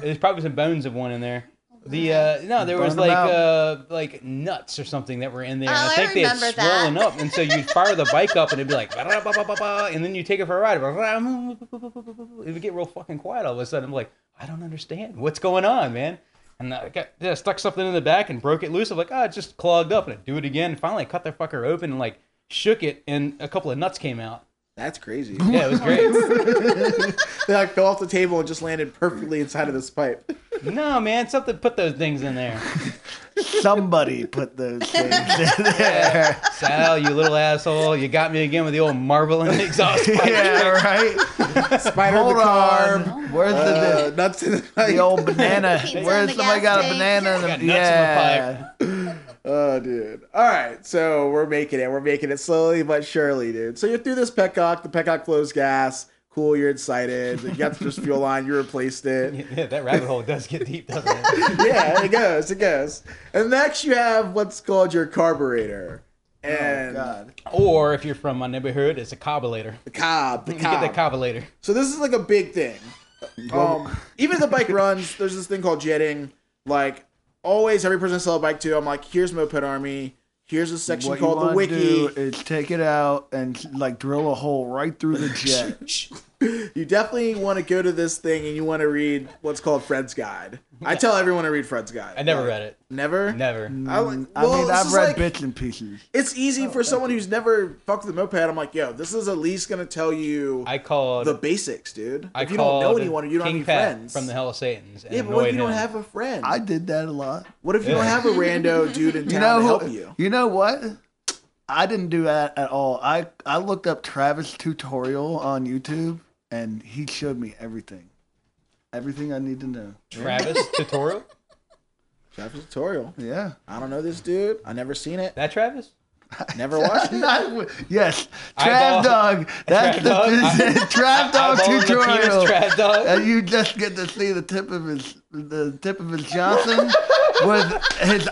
There's probably some bones of one in there. The uh, no, there was Burn 'em like out. uh, like nuts or something that were in there. and Oh, I I think they had remember that. swollen up, and so you'd fire the bike up, and it'd be [laughs] like, "Ba-da-ba-ba-ba-ba," and then you take it for a ride, it would get real fucking quiet all of a sudden. I'm like, I don't understand what's going on, man. And I got yeah, stuck something in the back and broke it loose. I'm like, ah, it just clogged up, and I do it again. And finally, I cut the fucker open and like shook it, and a couple of nuts came out. That's crazy. [laughs] Yeah, it [laughs] was great. they like fell off the table and just landed perfectly inside of this pipe. no, man, something put those things [laughs] in there. Somebody put [laughs] those things in there. Sal, you little asshole, you got me again with the old marble and [laughs] exhaust pipe. [laughs] yeah, right. Spider Hold the carb. on. Where's Uh, the, nuts in the, [laughs] the, [laughs] the old banana? Pizza on Where's the somebody gas got a tank. banana? in Got nuts the- in my Yeah. Oh, dude. All right. So we're making it. We're making it slowly but surely, dude. So you're through this petcock. The petcock flows gas. Of Cool, you're excited. You got this fuel line, you replaced it. [laughs] Yeah, that rabbit hole does get deep, doesn't it? yeah, it goes, it goes. And next you have what's called your carburetor. And God. or if you're from my neighborhood, it's a cobulator. the cob, the You get cob. the cobulator. So this is like a big thing. Um, even if the bike runs, there's this thing called jetting. Like always, every person I sell a bike to, I'm like, here's Moped Army. Here's a section What you called the want to do [laughs] wiki. is take it out and like drill a hole right [laughs] through the jet. You definitely want to go to this thing and you want to read what's called Fred's Guide. I tell everyone to read Fred's Guide. I never read it. Never. Never. I, like, I well, mean, this I've is read like- bits and pieces. It's easy for someone who's never fucked with a moped. I'm like, yo, this is at least gonna tell you I called. the basics, dude. I if you don't know called anyone, or you don't King have any Pat friends. from the Hell of Satan's. And yeah, but what if annoyed you don't him. have a friend? I did that a lot. What if you don't Yeah. have a [laughs] rando dude in town You know to who, help you? know what? I didn't do that at all. I I looked up Travis tutorial on YouTube and he showed me everything. Everything I need to know. [laughs] Travis Totoro? Travis tutorial. Yeah. [laughs] I don't know this dude. I never seen [laughs] it. That Travis? Never [laughs] watched it. Not- yes, Eyeball- [laughs] Trav Dog. That's Trav the Dog? [laughs] Trav [laughs] Dog Eyeball in the penis, tutorial. Trav Dog? And you just get to see the tip of his the tip of his Johnson [laughs] with his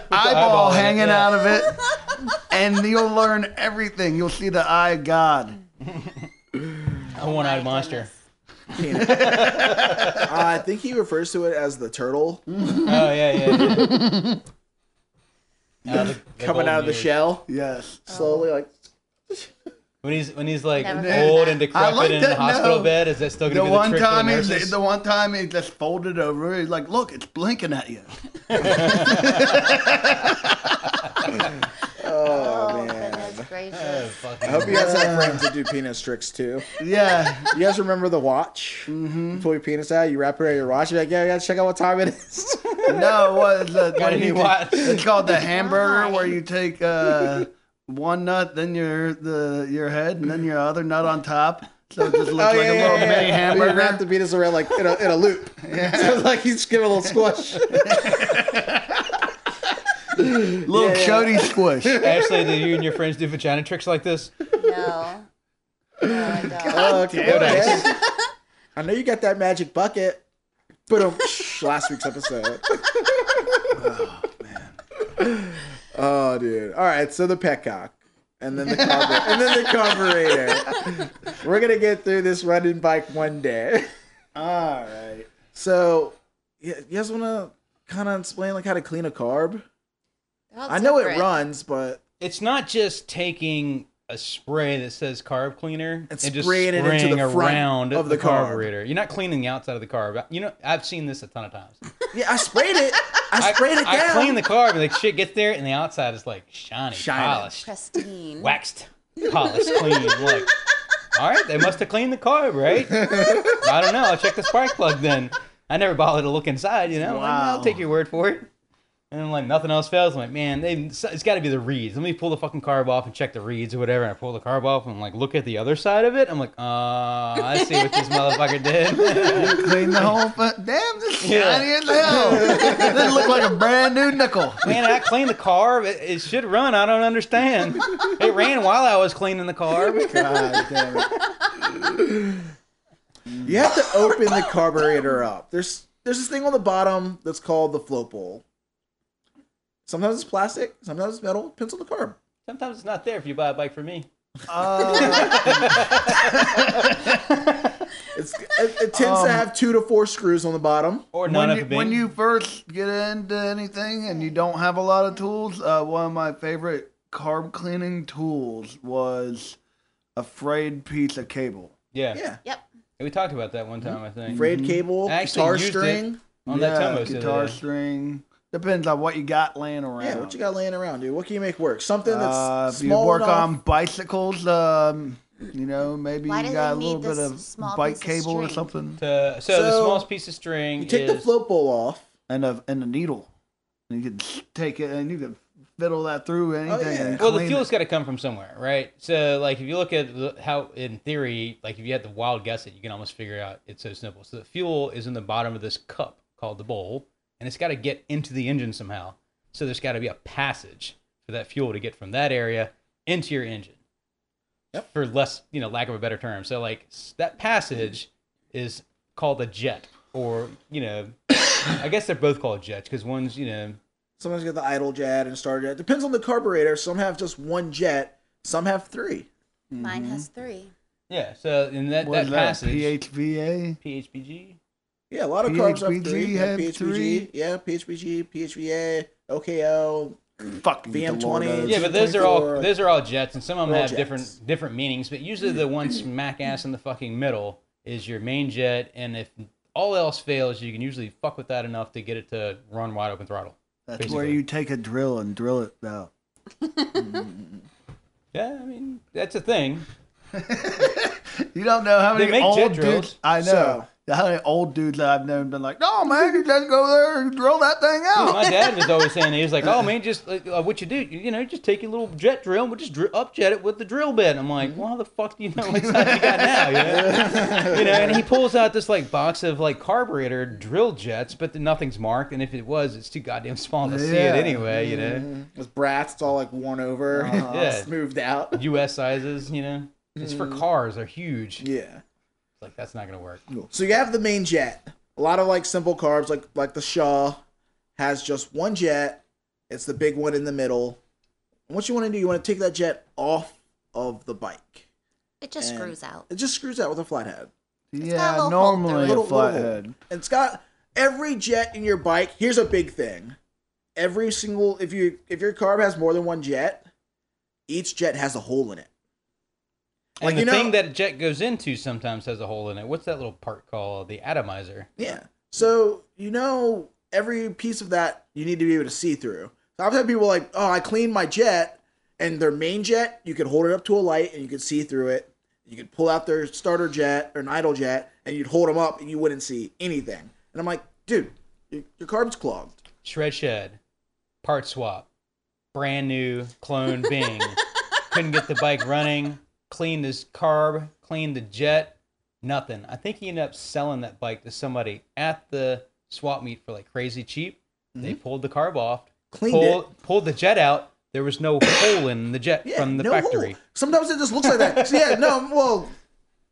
eyeball eyeball, in it, hanging yeah. out of it, and you'll learn everything. You'll see the eye of God. A [laughs] one eyed monster. Uh, I think he refers to it as the turtle Oh, yeah, yeah. yeah. Uh, the- the coming out of golden the years. shell Yes. slowly, like When he's when he's like Never heard old that. and decrepit like and in the that, hospital no. bed, is that still The gonna be one the trick time for the he nurses? the one time he just folded over. He's like, "Look, it's blinking at you." Oh, oh man. [laughs] goodness [laughs] Oh, gracious. fucking- I hope you [laughs] guys have friends that do penis tricks too. Yeah. You guys remember the watch? Mm-hmm. You pull your penis out, you wrap it around your watch. You're like, yeah, I gotta check out what time it is. No, what is the, Got when a new you watch. ta- [laughs] It's called the hamburger, Why? where you take uh, one nut, then your the your head, and then your other nut on top. So it Oh, just looks like a [laughs] little mini You wrap the hamburger. penis around like in a, in a [laughs] loop. So it's like you just give it a little [laughs] squash. Little yeah. chody squish. Ashley, do you and your friends do vagina tricks like this? [laughs] No. No, I don't. Oh, okay. damn it. okay. [laughs] I know you got that magic bucket. But um, last week's [laughs] episode. oh man. Oh dude. All right. So the petcock, and then the carbu- and then the carburetor. [laughs] We're gonna get through this running bike one day. All right. So, y- you guys wanna kind of explain like how to clean a carb? They're all I know it different. runs, but It's not just taking a spray that says carb cleaner and, just spraying spraying it into the front around of the carb. carburetor. You're not cleaning the outside of the carb. You know, I've seen this a ton of times. [laughs] yeah, I sprayed it. I I, sprayed it I down. clean the carb and like shit gets there, and the outside is like shiny, Shiny. polished, Pristine. waxed, polished, clean. Like, all right, they must have cleaned the carb, right? I don't know. I'll check the spark plug then. I never bothered to look inside. You know, Like, I'll Wow. take your word for it. And then, like nothing else fails. I'm like, man, they, it's got to be the reeds. Let me pull the fucking carb off and check the reeds or whatever. And I pull the carb off and like look at the other side of it. I'm like, uh, I see what this motherfucker did. [laughs] Clean the whole fu- Damn, this is Yeah. shiny as hell. this look like a brand new nickel. Man, I cleaned the carb. It, it should run. I don't understand. It ran while I was cleaning the carb. [laughs] God damn it. You have to open the carburetor up. There's there's this thing on the bottom that's called the float bowl. Sometimes it's plastic, sometimes it's metal. Pencil the carb. Sometimes it's not there if you buy a bike from me. Uh, It's it, it tends Um, to have two to four screws on the bottom. Or none when, of you, it being. when you first get into anything and you don't have a lot of tools, uh, one of my favorite carb cleaning tools was a frayed piece of cable. yeah. Yeah, Yep. we talked about that one time. I think Mm-hmm. braid cable, I actually guitar used it string. on that Yeah, Tomos the other guitar day. string. Depends on what you got laying around. Yeah, what you got laying around, dude? What can you make work? Something that's Uh, if you small work enough. on bicycles, um, you know, maybe Why you do got a they little need bit this of small bike piece of cable or string? something, To- so, the So, smallest piece of string you take is the float bowl off. and a and a needle. And you can take it and you can fiddle that through anything. yeah. and well, the clean fuel's it. got to come from somewhere, right? So, like, if you look at the- how, in theory, like if you had the wild guess it, you can almost figure out it's so simple. So, the fuel is in the bottom of this cup called the bowl, and it's got to get into the engine somehow. So, there's got to be a passage for that fuel to get from that area into your engine. for less, you know, lack of a better term. So like s- that passage is called a jet, or you know, [coughs] I guess they're both called jets because one's you know Sometimes you get the idle jet and starter jet. Depends on the carburetor. Some have just one jet. Some have three. Mine has three. yeah. So in that What that is passage, PHVA? PHPG. Yeah, a lot of carbs have PHBG three. Yeah, have PHBG. three. Yeah, PHBG, PHVA, OKL. Fuck you, VM20. Delordo. Yeah, but those are all 24. those are all jets, and some of them All have jets. different different meanings. But usually, the one smack ass in the fucking middle is your main jet, and if all else fails, you can usually fuck with that enough to get it to run wide open throttle. That's where basically. you take a drill and drill it out. Yeah, I mean that's a thing. You don't know how They many make jet old drills. dudes. I know So- how many old dudes that I've known been like, "No, man, you just go there and drill [laughs] that thing Dude, out." my dad was always saying he was like, "Oh man, just like, uh, what you do, you know, just take your little jet drill, and we'll just dr- up jet it with the drill bit." I'm Mm-hmm. like, "Well, how the fuck do you know what size you got now?" You [laughs] know? you know, and he pulls out this like box of like carburetor drill jets, but then nothing's marked, and if it was, it's too goddamn small to see Yeah. it anyway. You know, It's brats. It's all like worn over. [laughs] Yeah. Smoothed [laughs] out. U.S. sizes, you know, it's Mm. for cars, they're huge. Yeah. Like that's not gonna work. So you have the main jet. A lot of like simple carbs, like like the Shaw, has just one jet. It's the big one in the middle. And what you want to do, you want to take that jet off of the bike. It just And- screws out. It just screws out with a flathead. got a yeah, little hole through it. normally Little- a little flathead. And It's got every jet in your bike. Here's a big thing: every single if you if your carb has more than one jet, each jet has a hole in it. And Like, the you know- thing that a jet goes into sometimes has a hole in it. What's that little part called? The atomizer. Yeah. So you know every piece of that you need to be able to see through. So I've had people like, oh, I cleaned my jet, and their main jet, you could hold it up to a light and you could see through it. You could pull out their starter jet or an idle jet, and you'd hold them up and you wouldn't see anything. And I'm like, dude, your, your carb's clogged. Shred Shed, part swap, brand new [laughs] clone Bing. Couldn't get the bike running, cleaned his carb, cleaned the jet, nothing. I think he ended up selling that bike to somebody at the swap meet for like crazy cheap. They pulled the carb off, Mm-hmm. Cleaned it. pulled, pulled the jet out. There was no hole in the jet Yeah, from the no factory. hole. Sometimes it just looks like [laughs] that. So yeah, no, well,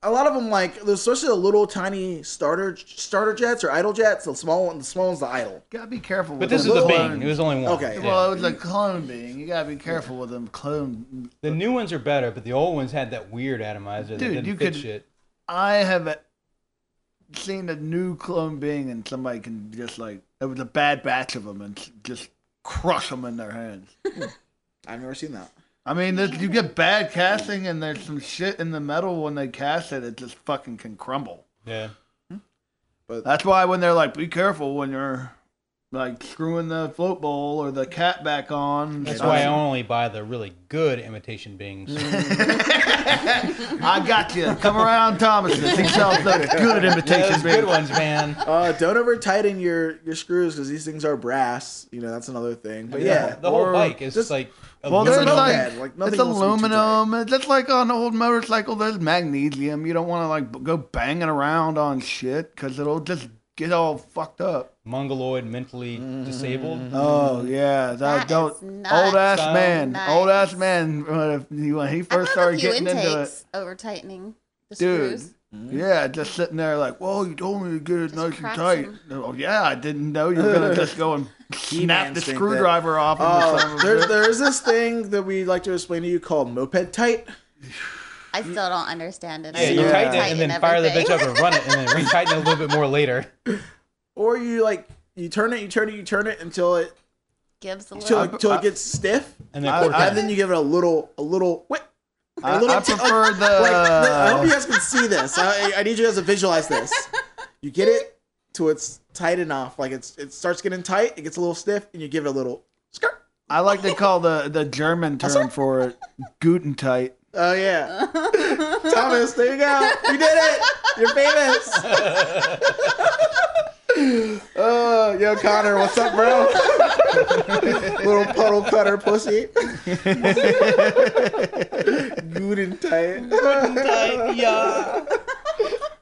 a lot of them like, especially the little tiny starter starter jets or idle jets. The small one, the small one's the idle. Gotta be careful. But with this is them the clone- Bing. It was only one. Okay. Yeah. Well, it was a clone being. You gotta be careful with them clone. the new ones are better, but the old ones had that weird atomizer that Dude, didn't you fit could- shit. I have seen a new clone being, and somebody can just like it was a bad batch of them, and just crush them in their hands. I've never seen that. I mean, this, you get bad casting, and there's some shit in the metal when they cast it, it just fucking can crumble. Yeah. That's why when they're like, be careful when you're like screwing the float bowl or the cat back on. That's I- why I only buy the really good imitation Bings. [laughs] Mm-hmm. I got you. Come around, Thomas. He sells those good Yeah, imitation those good beers. ones, man. [laughs] Uh, don't over tighten your your screws because these things are brass. You know that's another thing. But [laughs] yeah, the whole or bike is just- like Well, It's there's aluminum. like, Like, nothing it's wants to be too aluminum. It's just like on old motorcycle. There's magnesium. You don't want to like b- go banging around on shit because it'll just get all fucked up. mongoloid, mentally disabled. Mm-hmm. Oh yeah, That that, don't is old nuts. ass So man, old ass nice. man. uh, When he I've first had a started few getting into it, intakes over tightening the dude. screws. Mm-hmm. Yeah, just sitting there like, whoa, you told me to get it nice and cracks tight. them. Oh yeah, I didn't know you [laughs] were gonna just go and snap He-Man's the think screwdriver off. uh, of the there's there is this thing that we like to explain to you called moped tight. I still don't understand it. I Yeah, you still tighten it and then fire the bitch everything. up and run it, and then re-tighten it a little bit more later. Or you like you turn it, you turn it, you turn it until it [laughs] Gives a until, little. it- until it gets stiff, And then I- quarter I turn. and then you give it a little a little whip. I, a little I t- [laughs] prefer the. Like, I hope you guys can see this. I, I need you guys to visualize this. You get it to it's tight enough, like it's it starts getting tight, it gets a little stiff, and you give it a little skirt. I like to call the [laughs] the German term for it guten tight. Oh yeah, Thomas, there you go. You did it. You're famous. Oh, yo, Connor, what's up, bro? Little puddle cutter pussy. Good and tight. yeah.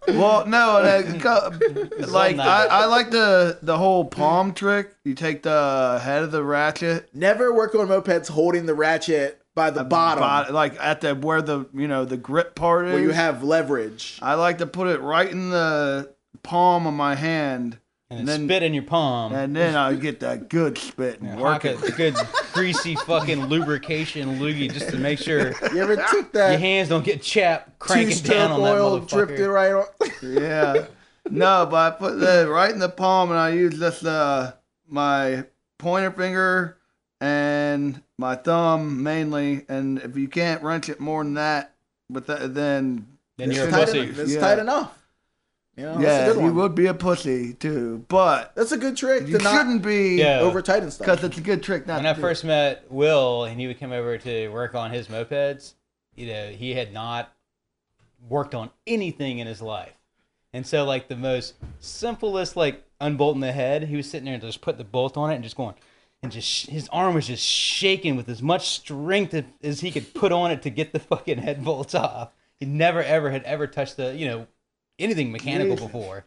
Well, no, that co- like nice. I, I like the the whole palm trick. You take the head of the ratchet. Never work on mopeds holding the ratchet by the bottom Bot- like at the where the you know the grip part is. where you have [laughs] leverage. I like to put it right in the palm of my hand, and, and then then- spit in your palm. and then I get that good spit and and work hock it. a good greasy [laughs] fucking lubrication loogie just to make sure You ever took your that hands don't get chapped cranking two-step down on that oil, motherfucker. dripped it right on? Yeah. No, but I put that right in the palm and I use just uh, my pointer finger and my thumb mainly. And if you can't wrench it more than that, but that, then Then It's you're a tight pussy. enough. [laughs] It's Yeah. tight enough. You know, yeah, Oh, that's a good you one. would be a pussy too. But That's a good trick you to not shouldn't be Yeah. over tighten stuff. because it's a good trick not When to I do. first met Will and he would come over to work on his mopeds, you know, he had not worked on anything in his life. And so like the most simplest like unbolting the head, he was sitting there and just put the bolt on it and just going and just sh- his arm was just shaking with as much strength as- as he could put on it to get the fucking head bolts off. He never ever had ever touched the, you know, anything mechanical before.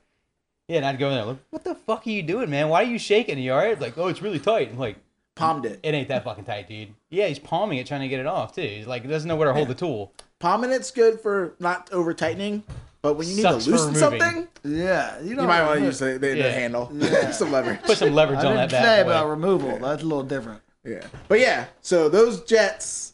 Yeah, and I'd go in there, like, what the fuck are you doing, man? Why are you shaking? Are you all right? Like, oh, it's really tight. I'm like, palmed it. it ain't that fucking tight, dude. Yeah, he's palming it, trying to get it off too. He's like, he doesn't know where to hold the tool. Palming it's good for not over tightening, but when you need Sucks to for loosen removing. something, Yeah, you, you don't might want remove- to use the, the, Yeah. the handle, Yeah. some [laughs] leverage. Put some leverage I on that didn't bad say boy. about removal. That's a little different. Yeah. But yeah, so those jets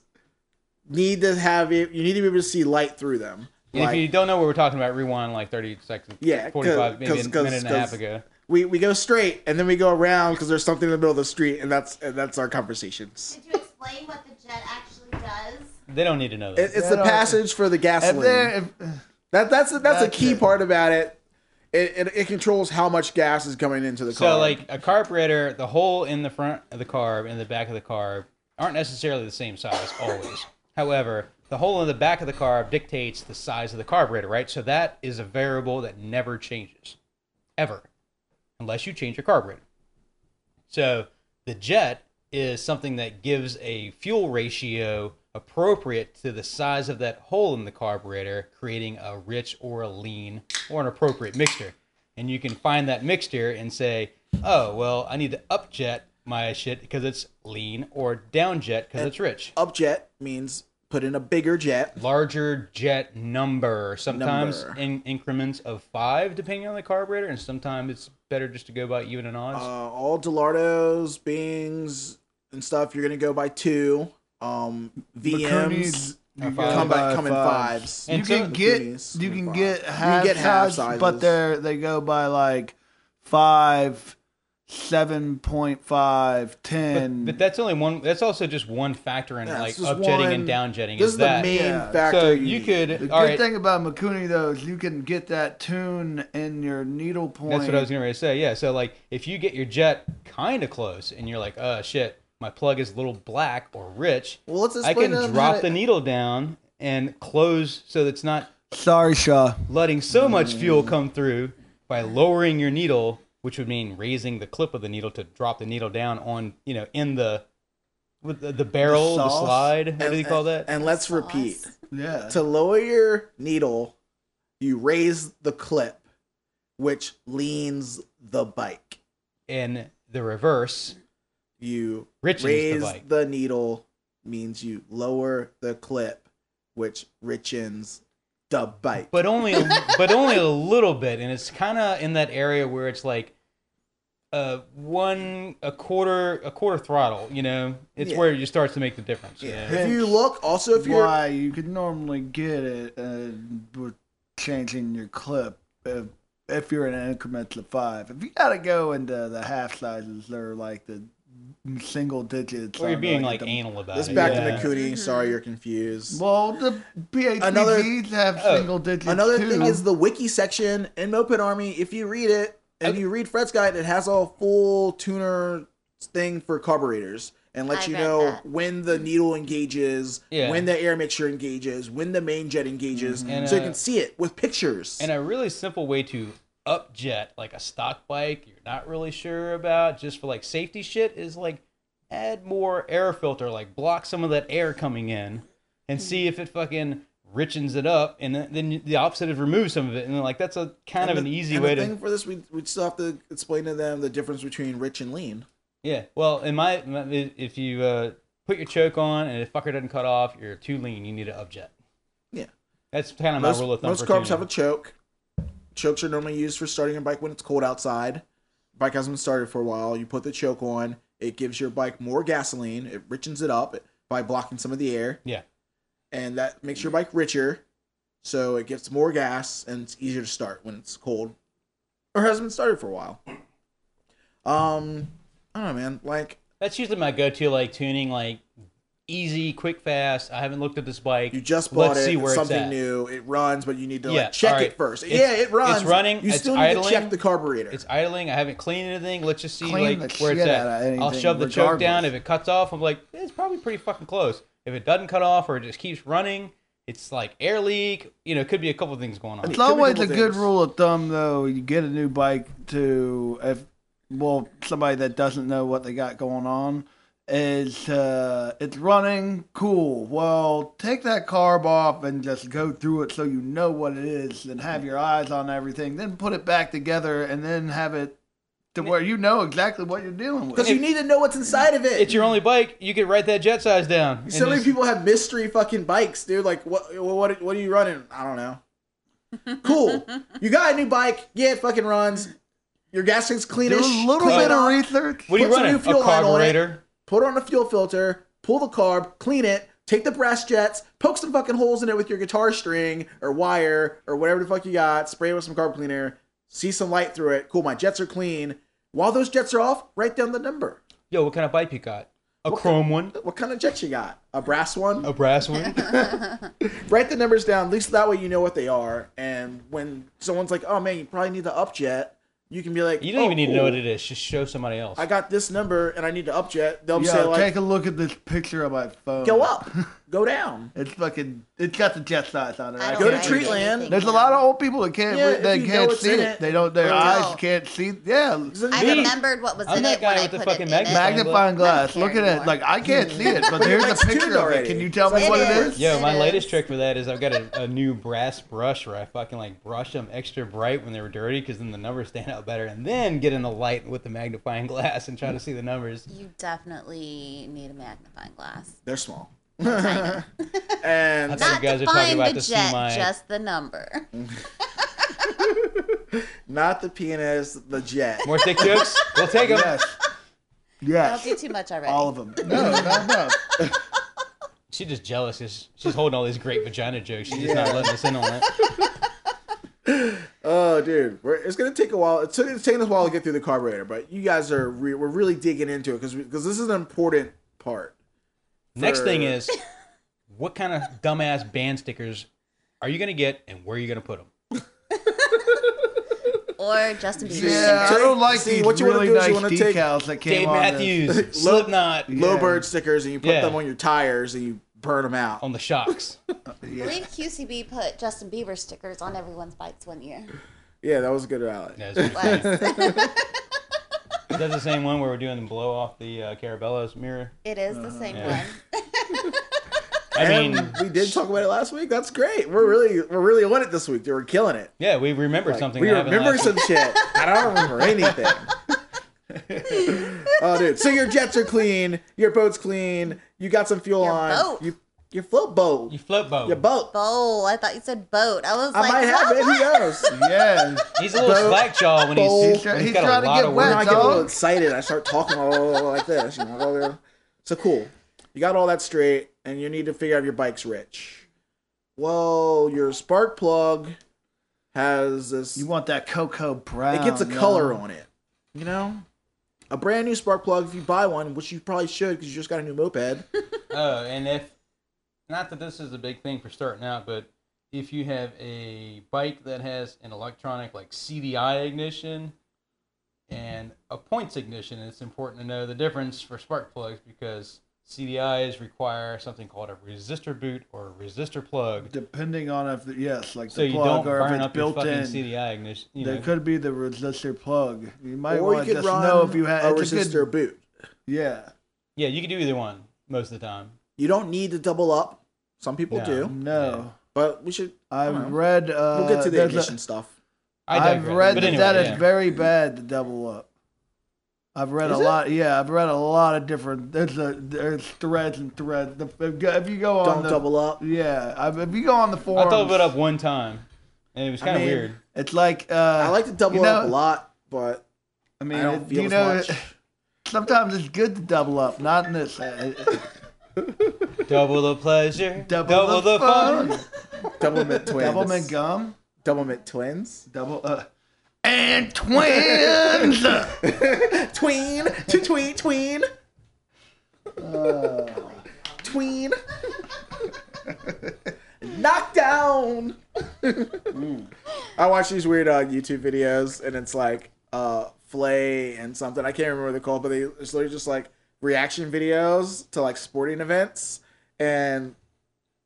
need to have it. You need to be able to see light through them. And Like, if you don't know what we're talking about, rewind like thirty seconds, Yeah, 'cause- forty-five, maybe 'cause- a minute and a 'cause- half ago. we we go straight and then we go around because there's something in the middle of the street, and that's and that's our conversations. Did you explain what the jet actually does? They don't need to know that. It, it's That the are- passage for the If there, gasoline. if, That that's that's, a That's key it. part about it. It, it. it controls how much gas is coming into the car. so, like a carburetor, the hole in the front of the carb and the back of the carb aren't necessarily the same size always. However, the hole in the back of the carb dictates the size of the carburetor, right? So that is a variable that never changes, ever, unless you change your carburetor. So the jet is something that gives a fuel ratio appropriate to the size of that hole in the carburetor, creating a rich or a lean or an appropriate mixture. And you can find that mixture and say, oh, well, I need to up jet my shit because it's lean or down jet because it's rich. up jet means put in a bigger jet. Larger jet number, sometimes Number. in increments of five, depending on the carburetor, and sometimes it's better just to go by even and odds. Uh, all Delardos, Bings, and stuff. You're gonna go by two. Um, VMs Bacoonies, Or you five. go come by, by come in fives. fives. And you some can of the get Bacoonies you come in can fives. get You can half, get half size, sizes. but they're they go by like five, seven point five, ten. But that's only one. That's also just one factor in Yeah, like it's just up jetting one- and down jetting. This is is that. the main Yeah. factor. so you need. could the all good right. thing about Makuni though is you can get that tune in your needle point. That's what I was gonna say. Yeah. So like, if you get your jet kind of close and you're like, oh shit, my plug is little black or rich, Well, let's I explain can to them how drop to- the needle down and close so it's not Sorry, Shaw. letting so much fuel Mm. come through by lowering your needle, which would mean raising the clip of the needle to drop the needle down on you know in the with the, the barrel, the, sauce? slide. What do you call that? And let's repeat. Sauce. Yeah. To lower your needle, you raise the clip, which leans the bike. and the reverse You Richens the raise bike. the needle means you lower the clip, which richens the bike. but only but only a little bit and it's kind of in that area where it's like uh one a quarter a quarter throttle you know it's Yeah. where you starts to make the difference you Yeah. know? If you look, also if you're why you could normally get it uh, with changing your clip if, if you're in increments of five. If you gotta go into the half sizes or like the single digits, or you're on, being like the- anal about this it back yeah. to Makuni, sorry you're confused. Well, the Another- PhDs have oh, single digits Another too. thing is the wiki section in Moped Army. If you read it and you read Fred's guide, it has a full tuner thing for carburetors and lets I you read know that. when the needle engages, Yeah. when the air mixture engages, when the main jet engages, And, so you uh, can see it with pictures. and a really simple way to upjet like a stock bike you're not really sure about just for like safety shit is like add more air filter like block some of that air coming in and see if it fucking richens it up and then- then the opposite is remove some of it and then like that's a kind of the- an easy and way the to thing for this, we we still have to explain to them the difference between rich and lean. Yeah. Well, in my, my- if you uh, put your choke on, and if fucker doesn't cut off, you're too lean. You need an upjet. Yeah. That's kind of my Most, rule of thumb. most for carbs have a tuning. choke. Chokes are normally used for starting your bike when it's cold outside. Bike hasn't been started for a while. You put the choke on. It gives your bike more gasoline. It richens it up by blocking some of the air, yeah. and that makes your bike richer. So it gets more gas, and it's easier to start when it's cold or hasn't been started for a while. Um, I don't know, man. Like That's usually my go-to, like tuning, like easy, quick, fast. I haven't looked at this bike. You just bought Let's it. see it's where it's something at. new. It runs, but you need to Yeah, like check alright. it first. It's- yeah, it it's runs. running, You it's still need to idling. check the carburetor. It's idling. I haven't cleaned anything. Let's just see Clean like the where it's shit at. out of I'll anything, shove the choke down. regardless. If it cuts off, I'm like, it's probably pretty fucking close. If it doesn't cut off or it just keeps running, it's like air leak. You know, it could be a couple things going on. mean- It's Give me a always a couple good things. rule of thumb, though. You get a new bike to if well somebody that doesn't know what they got going on is uh, it's running cool. Well, take that carb off and just go through it so you know what it is, and have your eyes on everything. Then put it back together, and then have it to where you know exactly what you're dealing with. because you need to know what's inside of it. It's your only bike. You could write that jet size down. and so many just- people have mystery fucking bikes, dude. Like, what, what, what are you running? I don't know. Cool. you got a new bike. Yeah, it fucking runs. Your gas tank's Do cleanish. a little Clean bit it of up. research. What are you Put some running? new fuel A line on it. carburetor. Put on a fuel filter. Pull the carb. Clean it. Take the brass jets. Poke some fucking holes in it with your guitar string or wire or whatever the fuck you got. Spray it with some carb cleaner. See some light through it. Cool. My jets are clean. While those jets are off, write down the number. Yo, what kind of bike you got? A What chrome one, What kind of jets you got? A brass one? a brass one. write the numbers down. At least that way you know what they are. And when someone's like, "Oh man, you probably need to upjet," you can be like, You don't "Oh, even need to know cool. what it is. Just show somebody else. I got this number and I need to upjet." They'll say Yo, like, take a look at this picture of my phone. "Go [laughs] up, go down." It's fucking. It's got the jet size on it. I I don't Go can't to like read it. Treatland. anything There's a now. lot of old people that can't Yeah, read, that if you know can't what's see in it. it. They don't. Their Oh, eyes no. can't see. Yeah, I Me? remembered what was I'm in that it guy when I with the put fucking it in. magnifying- it. magnifying glass. care Look at it. anymore. Like I can't see it, but there's It's a picture of it. already. Can you tell me It's what like- it is? Yo, It my is. latest trick for that is I've got a, a new brass brush where I fucking like brush them extra bright when they were dirty because then the numbers stand out better, and then get in the light with the magnifying glass and try to see the numbers. You definitely need a magnifying glass. They're small. Tiny. [laughs] And That's- Not You guys to are talking find about the this in jet, my- just the number. not the penis, the jet. More thick jokes? We'll take them. Yes, Don't yes, do too much already. all [laughs] of them. No, no, no. She's just jealous. She's, she's holding all these great vagina jokes. She's just not letting us in on [laughs] it. Oh, dude, we're, it's gonna take a while. It's, it's taking us a while to get through the carburetor, but you guys are re- we're really digging into it because because this is an important part. Next thing For- is, what kind of dumbass band stickers are you gonna get, and where are you gonna put them? Or Justin Bieber. Yeah, I don't like See, these what you wanna really do is nice you wanna take decals that Dave came on. this. [laughs] Matthews, Slipknot Low Yeah. bird stickers, and you put Yeah. Um, them on your tires and you burn them out. on the shocks. I believe QCB put Justin Bieber stickers on everyone's bikes one [laughs] year. Yeah, that was a good rally. Yeah, that's [laughs] what I'm saying. Is that the same one where we're doing the blow off the uh, Carabello's mirror? It is the same Yeah. one. I mean, And we did talk about it last week. That's great. We're really we're really on it this week. Dude, we're killing it. yeah, we Like, remembered Mm-hmm. something. we that happened remember last some week. shit. I don't remember anything. [laughs] oh, dude. So your jets are clean. Your boat's clean. You got some fuel Your on. boat. You, your float boat. You float boat. your boat. Bowl. I thought you said boat. I was I like, might have what? it. Who [laughs] knows? Yes, He's a little Boat. slack jaw when Bowl. he's, He's try- he's he's got trying a to lot get of wet, When I work. get a little dog. excited, I start talking like this. You know? So cool. You got all that straight, and you need to figure out if your bike's rich. Well, your spark plug has this. you want that cocoa brown? it gets a yo. color on it. You know, a brand new spark plug. If you buy one, which you probably should, because you just got a new moped. Oh, and if not that this is a big thing for starting out, but if you have a bike that has an electronic like CDI ignition and a points ignition, it's important to know the difference for spark plugs because CDIs require something called a resistor boot or a resistor plug, Depending on if the, yes, like so the you don't plug or if burn it's up your built fucking in. CDI ignition. You There know, could be the resistor plug. You might or you want to could just run know if you have a it's a good- resistor boot. Yeah. yeah, you could do either one most of the time. You don't need to double up. Some people No. do, No. but we should. I I've don't know. read. Uh, We'll get to the there's ignition A, stuff. I I've digress. read But that anyway, that is yeah. very bad to double up. I've read Is a it? lot. Yeah, I've read a lot of different. There's a there's threads and threads. The- If you- if you go on, Don't the, double up. Yeah, I- if you go on the I forums, doubled it up one time, and it was I kind of mean, weird. It's like uh, I like to double you it up a know- lot, but I mean, I don't it- feel you as know, much. [laughs] sometimes it's good to double up. Not in this. uh, uh, Double the pleasure, [laughs] double, the, fun. [laughs] Doublemint twins. Double mint gum. Doublemint twins. Double uh, and twins. [laughs] Tween to tween tween. Tween. Knockdown. I watch these weird uh, YouTube videos, and it's like uh, Flay and something. I can't remember what they're called, but they it's literally just like reaction videos to like sporting events, and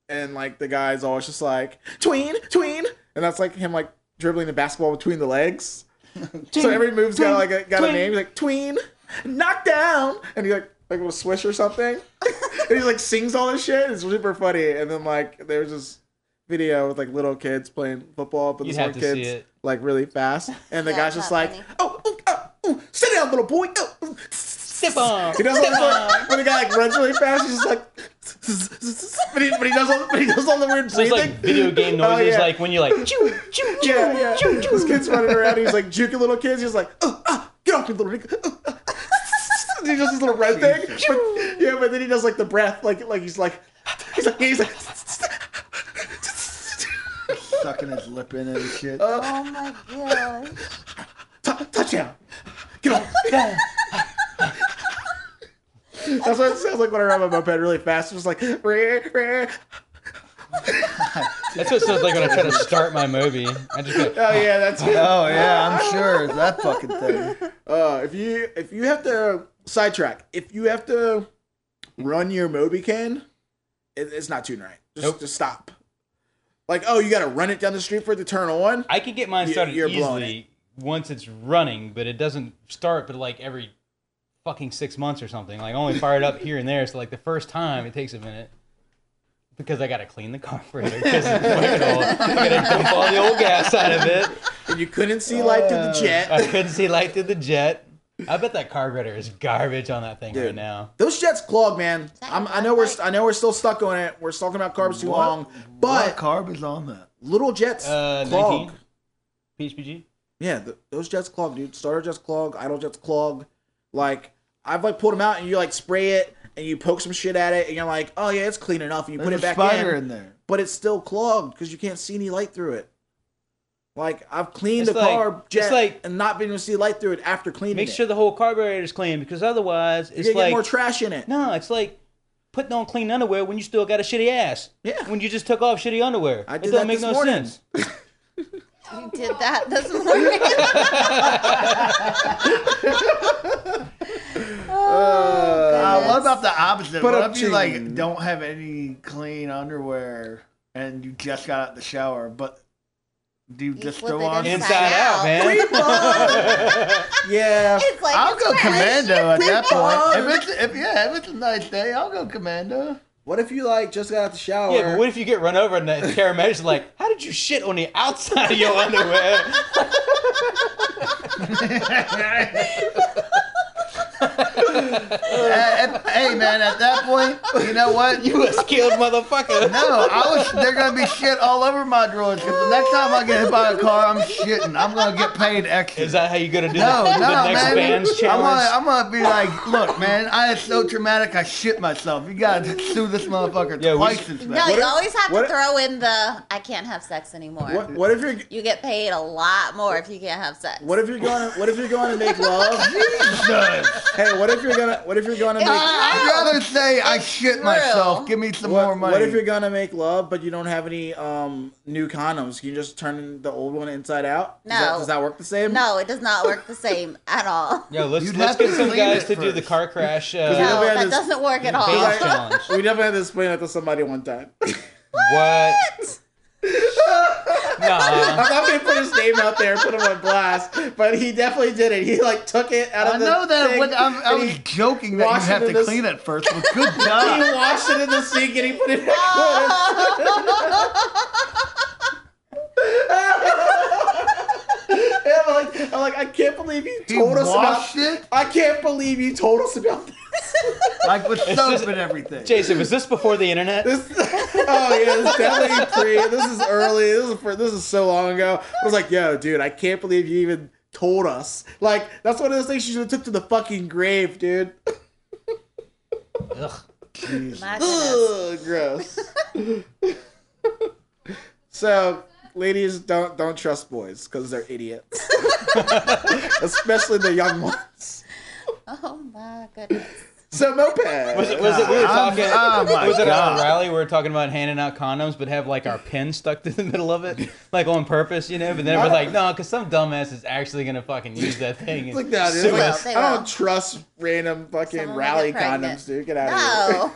and like the guy's always just like tween tween, and that's like him like dribbling the basketball between the [laughs] legs. so every move's got like a, got a name. He's like tween, knockdown, and he like like a little swish or [laughs] something. and he like sings all this shit. It's super funny. And then like there's this video with like little kids playing football, but You'd this have one to see kid's it. like really fast, and the Yeah, guy's it's just not like, funny. oh, oh, oh, oh, sit down, little boy. Oh, oh. Step [laughs] on. He does all this like, when the guy like runs really fast, he's just like, but he, but he does all but he does all the weird There's breathing. Oh, like video game [laughs] Oh, noises, yeah. like when you're like, "Choo." Yeah, yeah. This kid's running around. He's like juking little kids. He's like, oh, ah, get off me, little nigga. Oh, ah. [laughs] He does this little red thing. But, yeah, but then he does like the breath, like like he's like, he's like, he's like. Sucking his lip in and shit. Oh my god. "Tou- Touchdown! Get [laughs] off! That's what it sounds like when I ride my moped really fast. It's just like, "Rah, rah." that's what it sounds like when I try to start my movie. I just [laughs] go, oh yeah, that's Oh yeah, I'm sure it's that fucking thing. Uh, if you if you have to sidetrack, if you have to run your Mobican, it, it's not tuned right. Just Nope. just stop. Like, oh, you got to run it down the street for it to turn on. I can get mine You- started you're blowing easily once it's running, but it doesn't start. But like every fucking six months or something, like I only fire it up here and there. So like the first time, it takes a minute because I gotta clean the carburetor because it's fucking old. I gotta dump all the old gas out of it. And you couldn't see light through the Uh, I jet. couldn't see light through the jet. I bet that carburetor is garbage on that thing right Dude. now. [laughs] Those jets clog, man. that I'm, your I know we're backlight? I know we're still stuck on it. We're talking about carbs too What- long, What but carb is on that? little jets Uh, clog. 19? PHPG? Yeah, th those jets clog, dude. Starter jets clog, idle jets clog. Like I've like pulled them out and you like spray it and you poke some shit at it and you're like, oh yeah, it's clean enough. And you There's put it a back spider in, in there. but it's still clogged because you can't see any light through it. Like I've cleaned It's the like- car it's jet like- and not been able to see light through it after cleaning Make it. sure the whole carburetor's clean because otherwise you it's get like more trash in it. No, it's like putting on clean underwear when you still got a shitty ass. Yeah. When you just took off shitty underwear. I it did don't that make this no morning. sense. You did that this morning. Oh, Uh, what about the opposite? But what up if you to- like don't have any clean underwear and you just got out the shower, but do you, just flip throw it on? inside. Inside out, out. man. [laughs] [laughs] yeah. It's like I'll it's go fresh. commando at that on. point. If it's if yeah, if it's a nice day, I'll go commando. What if you like just got out the shower? Yeah, but what if you get run over and the paramedics are like, how did you shit on the outside of your underwear? Uh, if- hey man, at that point, you know [laughs] what? You a skilled motherfucker. No, I was. They're gonna be shit all over my drawers. 'cause the next time I get hit by a car, I'm shitting. I'm gonna get paid extra. Is that how you gonna do no, the, no, the next man. band's I'm challenge? gonna, I'm gonna be like, look, man, I is so traumatic, I shit myself. You gotta sue this motherfucker Yeah, we twice should- as No, bad. you if- always have what to if- throw in the I can't have sex anymore. what, what if you're You get paid a lot more if you can't have sex. what if you're going what if you're going to make [laughs] love? Jesus. hey, what if you're gonna what if you're gonna make I'd rather say I shit true. myself. Give me some What, more money. what if you're gonna make love but you don't have any um new condoms? Can you just turn the old one inside out? Does that, No. does that work the same? No, it does not work the same at all. Yo, let's, You'd let's have to get some clean guys it to do the first. car crash Yeah, No, we uh, had that this- doesn't work at all. [laughs] base challenge. We definitely had to explain that to somebody one time. [laughs] What? [laughs] Nah. I'm not gonna put his name out there, put him on blast, but he definitely did it. He like took it out of I the know that thing, when I'm, I and was he, joking that you washed have it to in this- clean it first, but good he God. washed it in the sink and he put it back on. [laughs] I'm like, I'm like, like, I can't believe you He told us about. washed it I can't believe you told us about this. like with It's soap just- and everything. Jason, was this before the internet? This, [laughs] oh yeah, this is definitely pre. This is early. This is for, this is so long ago. I was like, yo, dude, I can't believe you even told us. Like, that's one of those things you should have took to the fucking grave, dude. [laughs] Ugh. [laughs] My goodness. Ugh, gross. [laughs] so, ladies, don't don't trust boys because they're idiots, [laughs] especially the young ones. Oh my goodness. So moped. Was it, was it we Um, were I'm- talking oh my was it on God. a rally we were talking about handing out condoms but have like our pen stuck [laughs] to the middle of it like on purpose you know but then we're like no because some dumbass is actually gonna fucking use that thing It's like, nah, dude, They it's like, will, they I will. don't trust random fucking Someone will rally get pregnant. condoms, dude. Get out of here. No.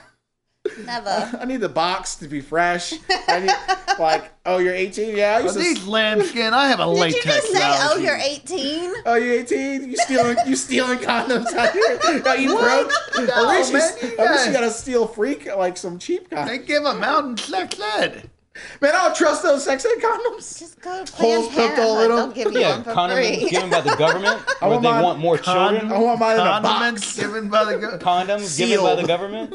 Never. I need the box to be fresh. I need, like, oh, you're 18? Yeah, I Are used to. these lambskin? I have a Did latex. you just say, oh, allergy. you're 18? Oh, you 18? You stealing? You stealing condoms out here? Are you broke? No, at least man, you, at least you guys- you gotta steal freak like some cheap They condoms. give a mountain sex ed. Man, I don't trust those sex ed condoms. Just go to Holes Planned poked all Parenthood. little- They'll give you yeah one for condoms free. given by the government [laughs] I where want they mine- want more Con- I children want mine in a Condiments box. given by the go- condoms given by the Sealed. government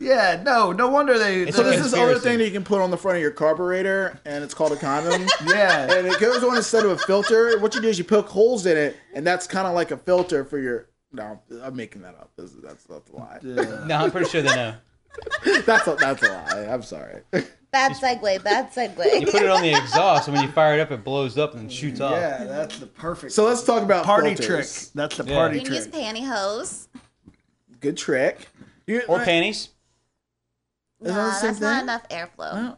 Yeah, no, no wonder they. It's So the- there's this other Conspiracy. thing that you can put on the front of your carburetor, and it's called a [laughs] condom. yeah, [laughs] and it goes on instead of a filter. What you do is you poke holes in it, and that's kind of like a filter for your. No, I'm making that up. This, that's that's a lie. Yeah. no I'm pretty sure they know [laughs] That's a, that's a lie. I'm sorry. [laughs] Bad segue, bad [laughs] you segue. put it on the exhaust and when you fire it up it blows up and shoots off yeah, that's the perfect So let's talk about party trick. filters. That's the Yeah. party You can use trick. pantyhose. Good trick. You- or uh, panties Is that No, the that's same not thing? enough airflow. No.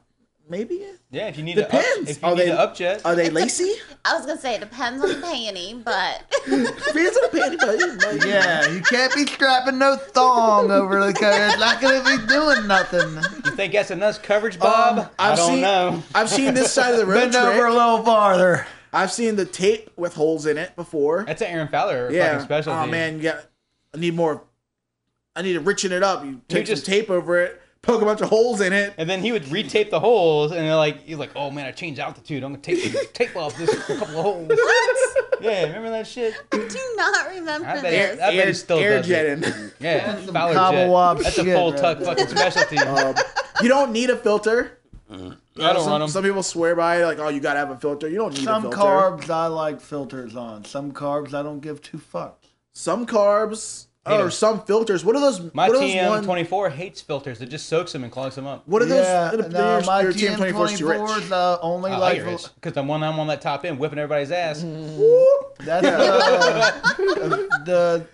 Maybe. yeah if you need Depends. to if you Are need they- to upjet Are they [laughs] lacy? I was going to say, it depends on the panty, but [laughs] Fans of panty, but- Yeah, you can't be strapping no thong over the cover. It's not gonna be doing nothing. you think that's enough coverage Bob Um, I I've don't seen- know I've seen this side [laughs] of the road Bend over a trick. little farther. I've seen the tape with holes in it before. that's an Aaron Fowler Yeah. fucking specialty Oh man, you got, I need more. I need to richen it up. You take just- some tape over it, poke a bunch of holes in it. And then he would retape the holes, and they're like, he's like, oh man, I changed altitude. I'm gonna take [laughs] the tape off this couple of holes. Yeah, remember that shit? I do not remember I bet, this. I bet air, he still air does jet it. in. Yeah, some Fowler cobble jet. wop That's shit a full right tuck there. fucking [laughs] specialty. Um, [laughs] you don't need a filter. I don't some, run them. some people swear by it, like, oh, you gotta have a filter. You don't need a Some filter. carbs I like filters on. Some carbs I don't give two fucks. some carbs, Hate or 'em. some filters. What are those? My what are those one- TM24 hates filters. It just soaks them and clogs them up. What are yeah, those? no, my your TM twenty TM24 is too four rich. is uh, only I like like it because the one I'm on that top end, whipping everybody's ass. that's uh, the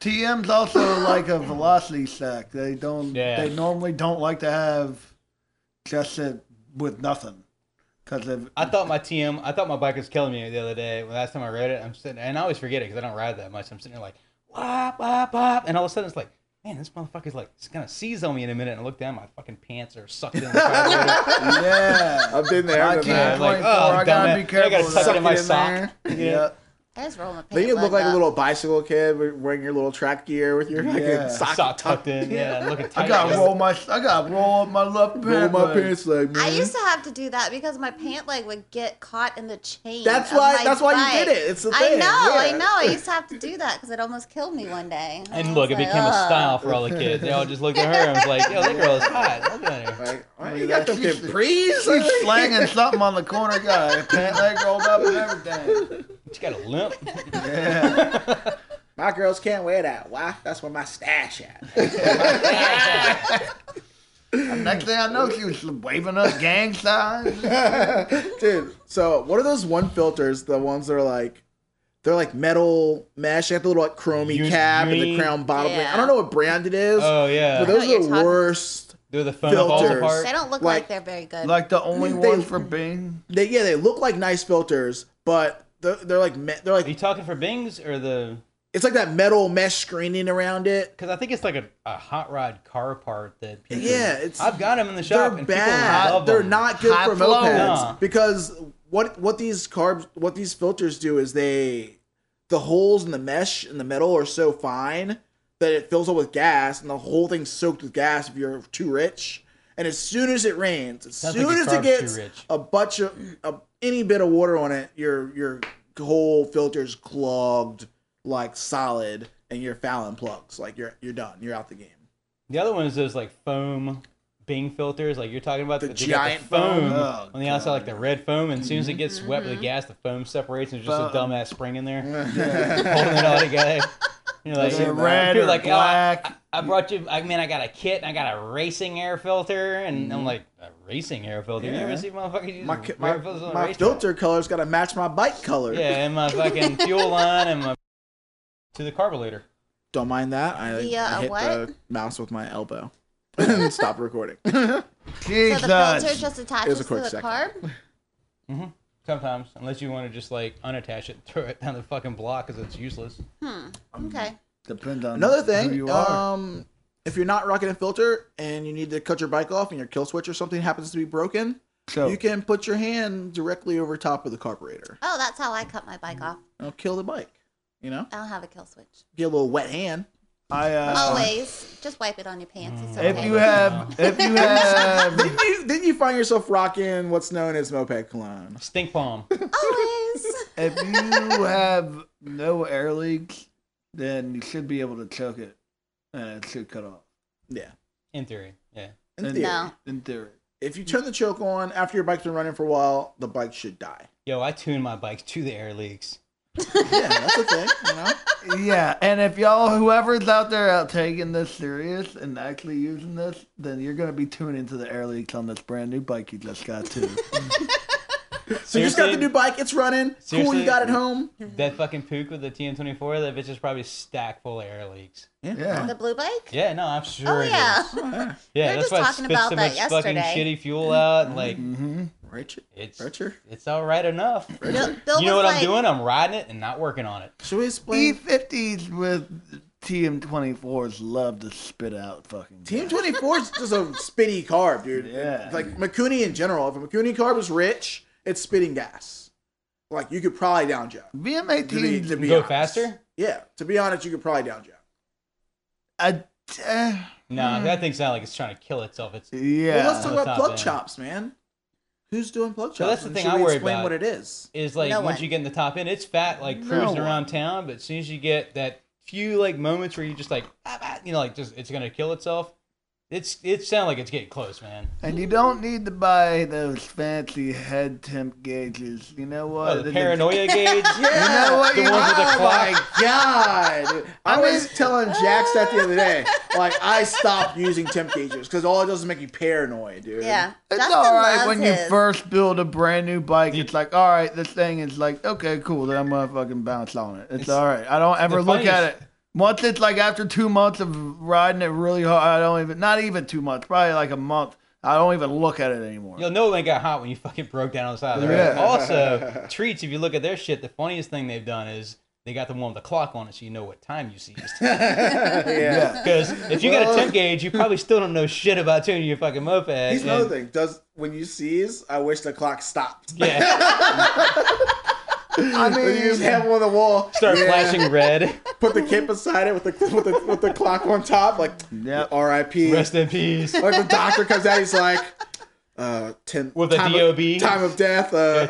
TM's also like a velocity sack. They don't. Yeah. They normally don't like to have just it with nothing because of I thought my TM, I thought my bike was killing me the other day. When last time I rode it, I'm sitting, and I always forget it because I don't ride that much. I'm sitting there like, wop, wop, wop, and all of a sudden it's like, man, this motherfucker's like, it's gonna seize on me in a minute. And I look down, my fucking pants are sucked in. [laughs] The car. yeah. I've been there. My I've TM been there. yeah, twenty like, four. oh, I gotta dumbass. be I gotta careful. with suck that. it in my Suck it in sock. Yeah. I just roll my pants. Then you look like a up. little bicycle kid wearing your little track gear with your fucking Yeah. sock, Sock tucked in. Yeah, looking tight. I gotta Just- roll my. I gotta roll up my left Roll pant. my leg. pants leg, man. I used to have to do that because my pant leg would get caught in the chain. That's of why- my that's why you bike. did it. It's the I thing, know. yeah. I know. I used [laughs] to have to do that because it almost killed me one day. I And look, it was like, became a "Ugh." style for all the kids. They all just looked at her and was like, yo, that girl is hot. Look at her. Like, oh, Look you at got that. them She's- capris. [laughs] She's slanging something on the corner guy. Pant leg rolled up and everything. She got a limp. Yeah. My girls can't wear that. Why? That's where my stash at. Next thing I know, she was waving up gang signs. Dude, so what are those one filters? The ones that are like, they're like metal mesh. They have the little like chromey Uni- cap and the uni- crown bottom. Yeah. I don't know what brand it is, Oh, but yeah. those you're are the talking- worst. They're the phone falls Filters. apart. They don't look Like- like, they're very good. Like the only They- one for Bing. They yeah, they look like nice filters, but they're, they're like me- they're Are you like talking for Bings or the. it's like that metal mesh screening around it. Because I think it's like a, a hot rod car part that people. Yeah, it's- I've got them in the shop. They're and People bad. love They're them. not good High for flow. mopeds Nah. because what what these carbs what these filters do is they the holes in the mesh in the metal are so fine that it fills up with gas and the whole thing's soaked with gas if you're too rich. And as soon as it rains, as Sounds soon like your as it carb's too gets rich. a bunch of a, any bit of water on it, your your whole filter's clogged like solid and you're fouling plugs like you're you're done you're out the [laughs] game The other one is those like foam Bing filters, like you're talking about. The that they got giant foam foam? Oh, on the outside, like the red foam, and as soon as it gets swept with the gas, the foam separates, and there's just a Foam. dumbass spring in there [laughs] yeah. holding it all together. You're like, Is it Seen that. red people or are like, "Oh, I- black? I, I brought you. I mean, I got a kit, and I got a racing air filter, and I'm like, a racing air filter. You ever Mm-hmm. Yeah. see motherfuckers use my air my, filters on a my race track? filter color's got to match my bike color [laughs] Yeah, and my fucking fuel line, and my [laughs] to the carburetor. don't mind that i, I Via a hit the what? mouse with my elbow [laughs] and stop recording ah." Jesus. So the filter just attaches was a to quick the second. carb. Sometimes, unless you want to just like unattach it, and [laughs] throw it down the fucking block because it's useless. Okay. Depends on another Who thing you are. um if you're not rocking a filter and you need to cut your bike off and your kill switch or something happens to be broken so, you can put your hand directly over top of the carburetor Oh, that's how I cut my bike Mm. off. and it'll kill the bike you know I don't have a kill switch. get a little wet hand [laughs] I, uh, Oh, Always, just wipe it on your pants. It's okay. Mm. If you have, [laughs] if you have, didn't you, didn't you find yourself rocking what's known as moped cologne? [laughs] Stink bomb. [laughs] Always. if you have no air leaks, then you should be able to choke it, and it should cut off. Yeah. In theory, yeah. In In theory. No. In theory, If you turn the choke on after your bike's been running for a while, the bike should die. Yo, I tune my bike to the air leaks. Yeah, that's the thing, you know? yeah. And if y'all, whoever's out there out taking this serious and actually using this, then you're gonna be tuning to the air leaks on this brand new bike you just [laughs] got too. So you just got the Seriously? new bike, it's running. Cool, Seriously? you got it home. That fucking puke with the TM24, that bitch is probably stacked full of air leaks. yeah. the blue bike? Yeah, no, I'm sure. Oh it is. yeah. Yeah, We were that's just why it talking spits about so much that fucking yesterday. shitty fuel out. And, like, Mm-hmm. Richard. it's Richard. it's all right enough. Bill, Bill You know what was like, I'm doing? I'm riding it and not working on it. Should we explain? E50s E with TM24s love to spit out fucking. Team 24 is just a spitty carb, dude. Yeah. It's Like Makuni in general. If a Makuni carb is rich, it's spitting gas. Like you could probably down jump. VMA To be, to teams. be Go honest. faster? Yeah. To be honest, you could probably down jump. I- uh, No, Mm-hmm. that thing's not like it's trying to kill itself. It's yeah. Well, let's talk On the about top plug end. chops, man. Who's doing plug chops? Well, that's the And thing should I we worry explain about. what it is. is like No once one. you get in the top end, it's fat, like cruising around town. But as soon as you get that few like moments where you just like, ah, ah, you know, like just it's gonna kill itself. It's it sounds like it's getting close, man. And you don't need to buy those fancy head temp gauges. You know what? Oh, the It- [laughs] paranoia gauge. Yeah. You know what? The You- ones with the Oh clock. my god! I, I was mean- telling Jax that the other day. Like I stopped using temp gauges because all it does is make you paranoid, dude. Yeah. It's Justin all right loves when you his. first build a brand new bike. It's like, all right, this thing is like, okay, cool. Then I'm gonna fucking bounce on it. It's, It's- all right. I don't ever the look at funniest- it. Once it's like after two months of riding it really hard, I don't even. Not even two months. Probably like a month. I don't even look at it anymore. You'll know when it got hot when you fucking broke down on the side of the road. Yeah. [laughs] Also, treats. If you look at their shit, the funniest thing they've done is they got the one with the clock on it, so you know what time you seized. yeah. Because if you got a [laughs] temp gauge, you probably still don't know shit about tuning your fucking moped. Here's and- another thing. Does when you seize, I wish the clock stopped. Yeah, I [laughs] You just have mean, one on the wall. [laughs] start Yeah. flashing red. Put the kit beside it with the with the, with the clock on top. Like Yep. R.I.P. Rest in peace. Like the doctor comes out, he's like, uh, ten With a time DOB. of, time of death. Uh,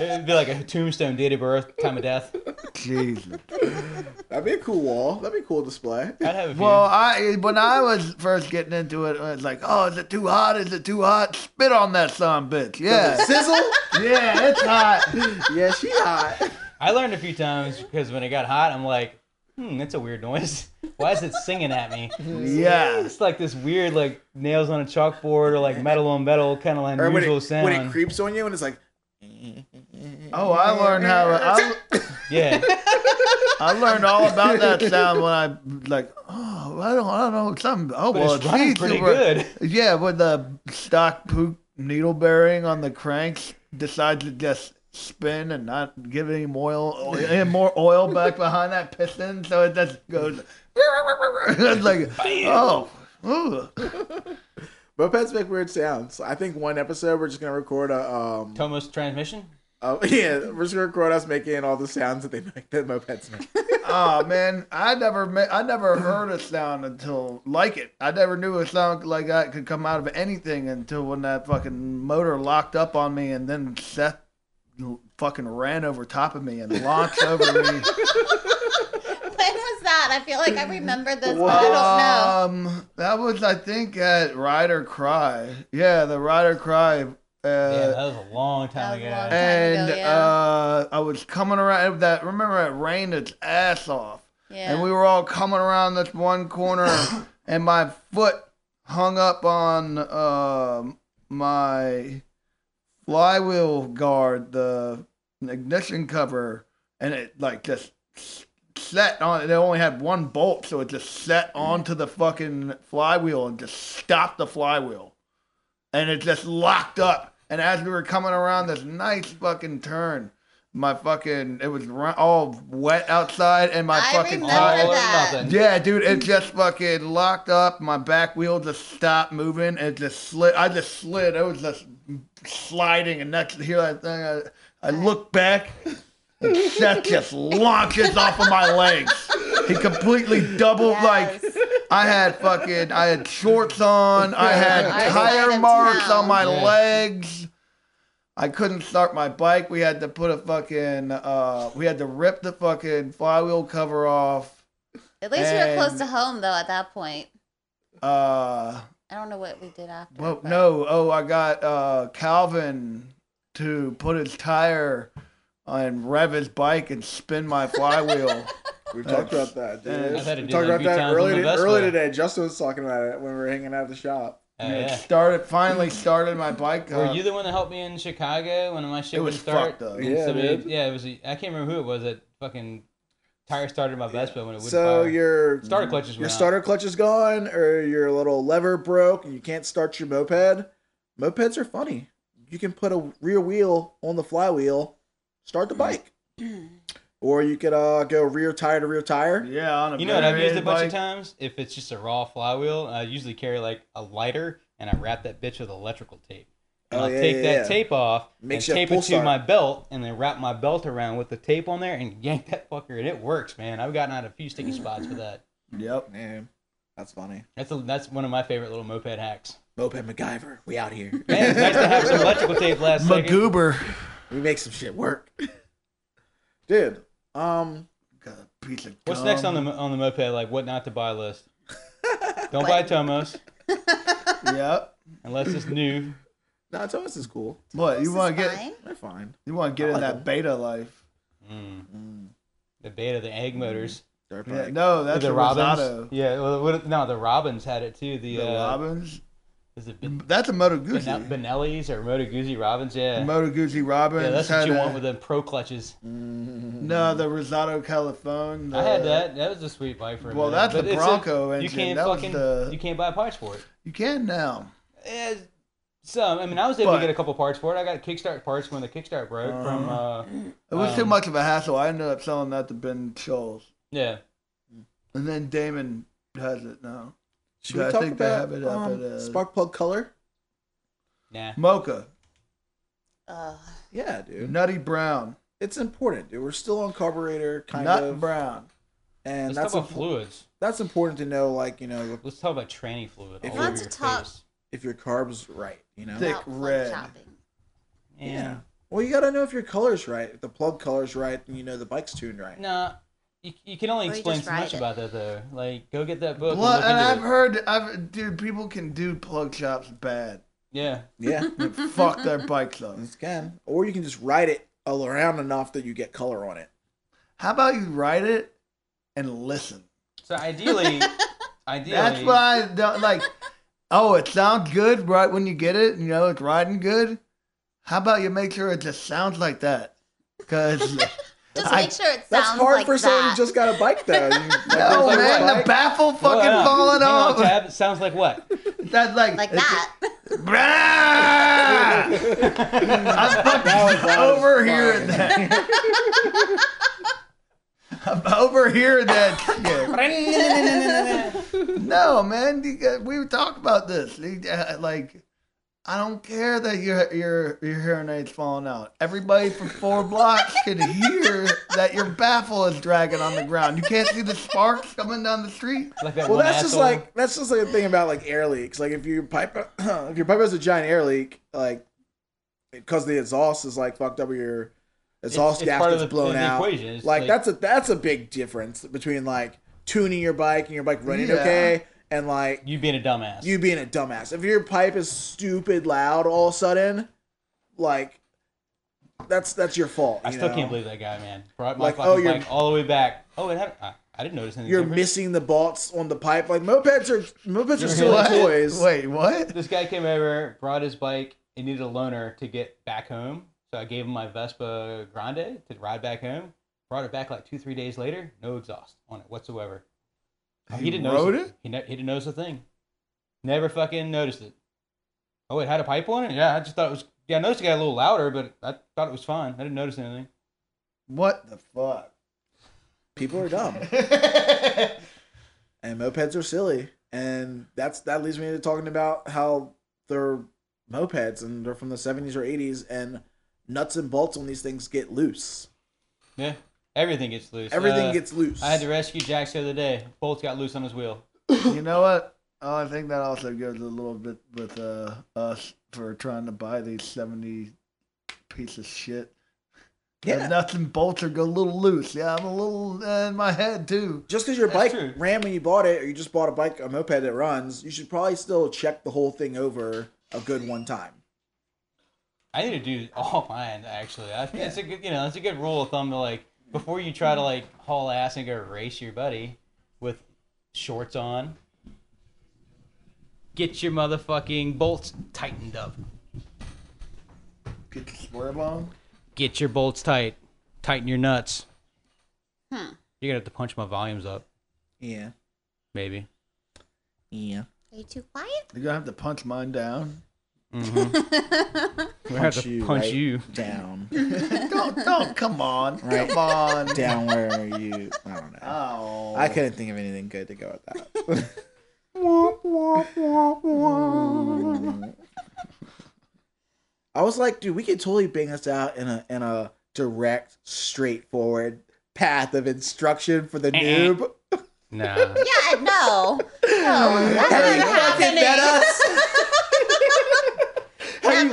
It'd be like a tombstone, date of birth, time of death. Jesus. [laughs] that'd be a cool wall. That'd be a cool display. I'd have a few. Well, I when I was first getting into it, I was like, "Oh, is it too hot? Is it too hot? Spit on that son, bitch!" Yeah, Sizzle. yeah, it's hot. Yeah, she hot. I learned a few times because when it got hot, I'm like, hmm, that's a weird noise. [laughs] Why is it singing at me? [laughs] Yeah, It's like this weird, like nails on a chalkboard or like metal on metal kind of Or when unusual it, sound. when it creeps on you and it's like, Oh, I learned how I, [laughs] yeah, I learned all about that sound when I like oh I don't I don't know something oh but well it's running geez, pretty you were- good. yeah when the stock poop needle bearing on the cranks decides to just spin and not give any oil any more oil back behind that piston so it just goes [laughs] it's like oh ooh. mopeds make weird sounds. I think one episode we're just gonna record a um, Tomo's transmission. uh, [laughs] yeah, we're just gonna record us making all the sounds that they make that mopeds make. oh man, I never ma- I never heard a sound until like it. I never knew a sound like that could come out of anything until when that fucking motor locked up on me, and then Seth fucking ran over top of me and launched over me. [laughs] When was that? I feel like I remember this, but I don't know. Um, that was I think at Rider Cry. Yeah, the Rider Cry. Uh, yeah, that was a long That time was a ago. Oh, long time. and ago, yeah. uh, I was coming around that. Remember, it rained its ass off, Yeah. and we were all coming around this one corner, [coughs] and my foot hung up on um my flywheel guard, the ignition cover, and it like just s- set on. They only had one bolt, so it just set onto the fucking flywheel and just stopped the flywheel and it just locked up. And as we were coming around this nice fucking turn, my fucking it was ru- all wet outside, and my I fucking remember tire. or that. nothing. Yeah, dude, it just fucking locked up. My back wheel just stopped moving. It just slid. I just slid. It was just sliding, and next to hear that thing, I, I look back. and Seth just launches off of my legs. He completely doubled like Yes. I had fucking I had shorts on. I I had was out tire of marks town. on my Yeah. legs. I couldn't start my bike. We had to put a fucking uh we had to rip the fucking flywheel cover off. At least we were close and- to home though at that point. Uh I don't know what we did after. well but- no, oh I got uh Calvin to put his tire and rev his bike and spin [laughs] my Oh, flywheel. We've talked about that, dude. I've had to We do talked that a about few that times earlier, on the Vespa. earlier today. Justin was talking about it when we were hanging out at the shop. Oh, And it yeah. started finally started my bike Were up. you the one that helped me in Chicago when my shit It was wouldn't start? fucked up. And Yeah, somebody- dude. yeah, it was. I can't remember who it was that fucking tire started my Vespa when it would. So fire. your starter clutches. your went out. starter clutch is gone, or your little lever broke, and you can't start your moped. Mopeds are funny. You can put a rear wheel on the flywheel, start the bike, or you could uh, go rear tire to rear tire. yeah, on a You know what I've used a variated bunch bike. of times? If it's just a raw flywheel, I usually carry like a lighter and I wrap that bitch with electrical tape. And Oh, I'll yeah, take yeah, that yeah. tape off Makes you and a tape pull it to start. my belt and then wrap my belt around with the tape on there and [laughs] yank that fucker and it works, man. I've gotten out a few sticky spots for that. Yep. Yeah, that's funny. That's a, that's one of my favorite little moped hacks. Moped MacGyver, we out here. Man, it's nice to have [laughs] some electrical tape last second. Magoober. we make some shit work, dude. Um, Got a piece of What's gum. next on the mo- on the moped? Like what not to [laughs] buy list? Don't buy Tomos Yep. unless it's new. nah, Thomas is cool. What you want to get? Fine. They're fine. You want to get in that beta life? Mm. The beta, the egg motors. Dirt Yeah, bike. no, that's the a Robins. Rosado. Yeah, well, what, no, the Robins had it too. The, The uh, Robins. is it ben, That's a Moto ben, Guzzi. Benelli's or Moto Guzzi Robins? Yeah, Moto Guzzi Robins. yeah, that's what had you a- want with the pro clutches. No, the Rosado California. I had that. That was a sweet bike for a Well, minute, that's but the it's a- Bronco You engine. can't That was fucking the- you can't buy parts for it. You can now. Eh, some. I mean, I was able But- Uh-huh. to get a couple parts for it. I got Kickstart parts when the Kickstart broke from. Uh, It was too Um, much of a hassle. I ended up selling that to Ben Scholes, yeah, and then Damon has it now. Should we I talk think they about have it up um, at, uh, spark plug color? nah. Mocha, Ugh. Yeah, dude. Nutty Brown, It's important, dude. We're still on carburetor, kind Nut of, Brown. and Let's that's talk about impo- fluids. that's important to know. Like you know, Let's talk about tranny fluid. If all you- over Lots your of talk. face. if your carb's right, you know. Thick About plug red. chopping. Yeah. yeah. Well, you gotta know if your color's right, if the plug color's right, and you know the bike's tuned right. Nah, you, you can only Or you explain just so ride much it. about that though. Like, go get that book. and Blood, look and into I've it. heard, I've dude, people can do plug chops bad. Yeah, [laughs] Yeah, It fuck their bikes up. it's can. Or you can just ride it all around enough that you get color on it. How about you ride it and listen? So [laughs] ideally, ideally, That's why I don't like. [laughs] Oh, it sounds good right when you get it. You know, it's riding good. How about you make sure it just sounds like that? [laughs] Because Just I- make sure it sounds That's hard like for someone that. who just got a bike, though. You, [laughs] no like man, what? the baffle Well, fucking uh, falling hang on, off. Tab, it sounds like what? That's like like it's- [laughs] that. Brah! I'm fucking over here at that. I'm [laughs] over here at that shit. [laughs] no, man, you got- we talk about this. You, uh, Like, I don't care that your your your hearing aid's falling out. Everybody for four blocks can hear that your baffle is dragging on the ground. You can't see the sparks coming down the street. Like [laughs] that well, one that's just asshole. like that's just like a thing about like air leaks. Like if your pipe, [clears throat] if your pipe has a giant air leak, like because the exhaust is like fucked up, or your It's, It's- all it's gaskets part of the- blown the out. equation. It's Like, like- that's a that's a big difference between like tuning your bike and your bike running Yeah. okay and like You being a dumbass. you being a dumbass. If your pipe is stupid loud all of a sudden, like that's that's your fault. I you still know? can't believe that guy, man. Brought my Like, oh, fucking you're- bike all the way back. Oh, it had, I, I didn't notice anything. you're different. missing the bolts on the pipe. Like mopeds are mopeds are still What? toys. Wait, what? This guy came over, brought his bike, and needed a loaner to get back home. So I gave him my Vespa Grande to ride back home. Brought it back like two, three days later. No exhaust on it whatsoever. He, didn't rode notice it? He, ne- he didn't notice a thing. Never fucking noticed it. Oh, it had a pipe on it. Yeah, I just thought it was. Yeah, I noticed it got a little louder, but I thought it was fine. I didn't notice anything. What the fuck? [laughs] People are dumb, and mopeds are silly, and that's that leads me to talking about how they're mopeds and they're from the 70s or 80s, and nuts and bolts on these things get loose. Yeah, everything gets loose. Everything Uh, gets loose. I had to rescue Jax the other day. Bolts got loose on his wheel. you know what? Oh, I think that also goes a little bit with uh, us for trying to buy these seventy piece of shit. Yeah. nothing bolts or go a little loose. Yeah, I'm a little uh, in my head too. just because your bike That's true. ran when you bought it, or you just bought a bike, a moped that runs, you should probably still check the whole thing over a good one time. I need to do [laughs] all mine actually. I think it's a good, you know, it's a good rule of thumb to like before you try to like haul ass and go race your buddy with shorts on. Get your motherfucking bolts tightened up. Get the swear bomb. Get your bolts tight. Tighten your nuts. Hmm. You're gonna have to punch my volumes up, Yeah, [laughs] maybe. yeah. Are you too quiet? You're gonna have to punch mine down. We're gonna have to punch right you. down, don't, don't, come on, Right. come on. down where you. I don't know. Oh, I couldn't think of anything good to go with that. [laughs] I was like, dude, we could totally bang this out in a in a direct, straightforward path of instruction for Eh, the noob. Nah. Yeah, no. [laughs] No, that's Have you not fucking met happening.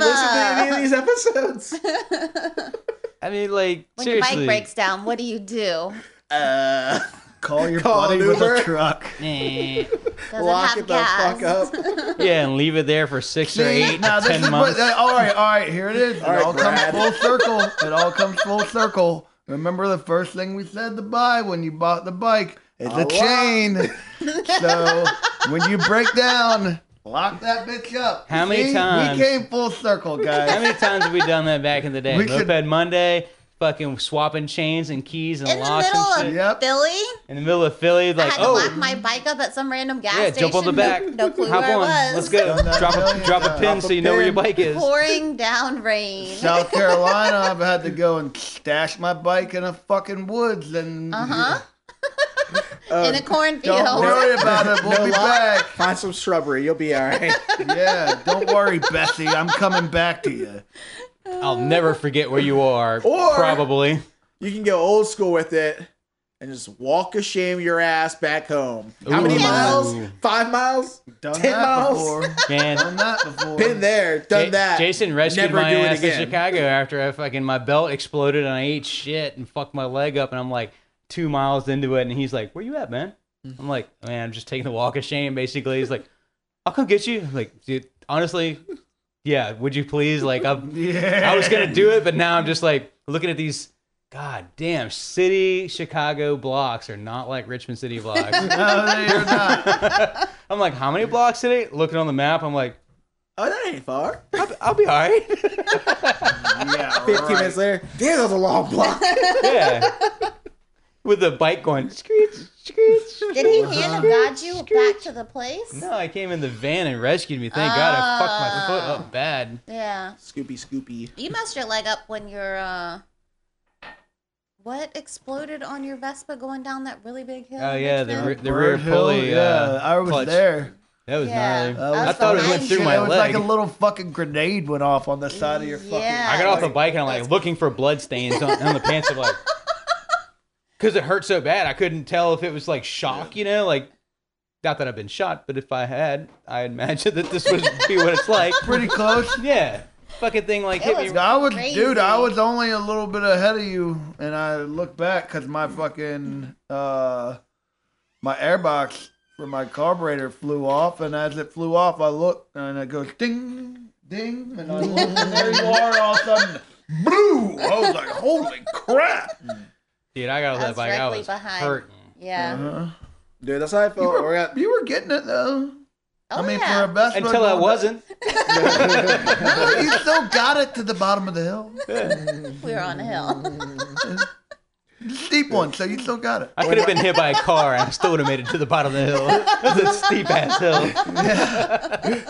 [laughs] us? Have you listened to any of these [laughs] episodes? I mean, like When seriously. your bike breaks down, what do you do? Uh, call your Call buddy an with Uber. a truck. Nah. Does lock it it have the gas? fuck up. yeah, and leave it there for six or See? eight, Now, or this ten is months. what- all right, all right, here it is. All it right, all Brad. comes full circle. It all comes full circle. Remember the first thing we said to buy when you bought the bike? It's A a, lock. chain. so when you break down, lock that bitch up. How many See? times? We came full circle, How guys. many times have we done that back in the day? We Moped should- Monday, fucking swapping chains and keys and In the locks middle and of shit. Yep. Philly, In the middle of Philly, I like, had to lock oh, my bike up at some random gas yeah, station. jump on the back. No, no clue Hop where on. it was. Let's go. Done that Drop a, million drop a times. pin so you know where your Drop a bike is. Pouring down rain. South Carolina, I've had to go and stash my bike in a fucking woods and Uh Uh-huh. huh. [laughs] In Uh, a cornfield. [laughs] don't worry about it. We'll be back. Find some shrubbery, you'll be all right. Yeah, don't worry, Bessie. I'm coming back to you. I'll never forget where you are. Or- probably. You can go old school with it and just walk a shame your ass back home. How many Ooh. miles? Ooh. Five miles? Done Ten that miles? before. Done Man. that before. Been there, done Ja- that. Jason rescued Never my do it ass in again. Chicago after I fucking my belt exploded and I ate shit and fucked my leg up and I'm like two miles into it and he's like, "Where you at, man?" Mm-hmm. I'm like, "Man, I'm just taking the walk of shame." Basically, he's like, "I'll come get you." I'm like, dude, honestly, yeah, would you please? Like, I'm, Yeah. I was gonna do it, but now I'm just like looking at these. God damn, city Chicago blocks are not like Richmond city blocks. [laughs] [laughs] [laughs] No, they are not. I'm like, how many blocks today? Looking on the map, I'm like, Oh, that ain't far. I'll, I'll be all right. [laughs] Yeah, 15 minutes later, damn, that was a long block. Yeah. [laughs] With the bike going screech, screech. [laughs] Did he hand of God you back to the place? No, I came in the van and rescued me. Thank God I fucked my foot Ah. up bad. Yeah. [laughs] Scoopy, scoopy. You messed your leg up when your uh what exploded on your Vespa going down that really big hill? Oh in yeah, the, Richmond? re- the Bird rear Hill, pulley. Yeah, uh, I was clutch. there. That was Yeah. gnarly. That was I thought it behind went you. through It my was leg. like a little fucking grenade went off on the side of your fucking. Yeah. I got off the like- bike and I'm like looking for blood stains on, on the pants of like, [laughs] because it hurt so bad I couldn't tell if it was like shock, you know, like. Not that I've been [laughs] shot, but if I had, I imagine that this would be what it's like. Pretty close. Yeah. fucking thing like It hit was me. No, I was, dude. Crazy. I was only a little bit ahead of you, and I look back because my fucking uh, my airbox for my carburetor flew off, and as it flew off, I looked and it goes ding, ding, and I look, and there you are, all of a sudden, blue. I was like, holy crap! Dude, I gotta I let was like I directly was behind. hurting. Yeah. Uh-huh. Dude, that's how I You felt. Or I were, got- you were getting it though. Oh, I mean, yeah. for a best Until I wasn't. you still got it to the bottom of the hill, [laughs] We were on a [laughs] hill. steep one, so you still got it. I could have been hit by a car and I still would have made it to the bottom of the hill. That's a steep ass hill.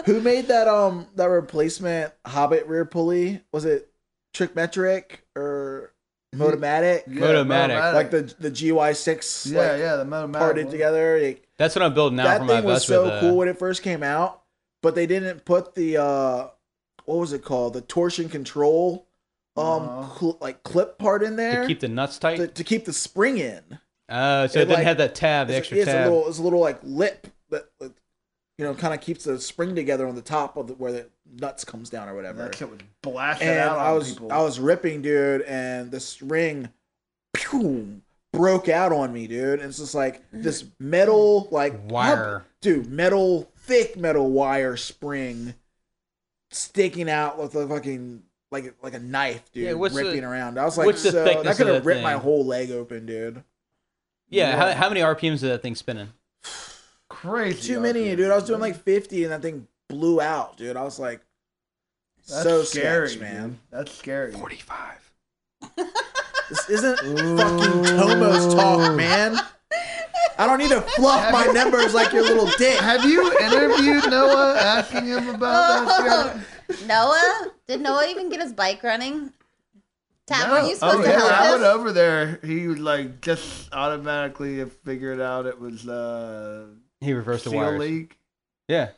Who made that um that replacement Hobbit rear pulley? Was it Trickmetric or Mm-hmm. Motomatic? Yeah, Motomatic. Like the the GY6 yeah, like, yeah, the motomatic parted one. together. Like, That's what I'm building now for that my thing was bus so with, uh, cool when it first came out, but they didn't put the uh what was it called? The torsion control um Uh-huh. cl- like clip part in there to keep the nuts tight. to, to keep the spring in. Oh, so It, it, didn't like- have that tab, the It's, extra it's a tab. little it's a little like lip that that, you know kind of keeps the spring together on the top of the, where the nuts comes down or whatever. That shit was blasting and out on I was people. I was ripping, dude, and this ring, pew, broke out on me, dude. And it's just like this metal, like Wire. dude, metal, thick metal wire spring sticking out with a fucking like like a knife, dude, Yeah, what's the- ripping around. I was like, what's the so that thickness could of have that ripped my thing? whole leg open, dude. yeah, How, how many RPMs is that thing spinning? crazy. Too many, dude. I was doing like fifty, and that thing blew out, dude. I was like, That's so scary, scary, man. dude. That's scary. 45. This isn't fucking Tomo's talk, man. I don't need to fluff my numbers like your little dick. Have you interviewed Noah asking him [laughs] about [laughs] that? shit? Noah? Did Noah even get his bike running? Tab, were No. you supposed oh, to yeah, help I us? went over there. He would like just automatically figured out it was uh, He reversed the seal wires. leak. Yeah,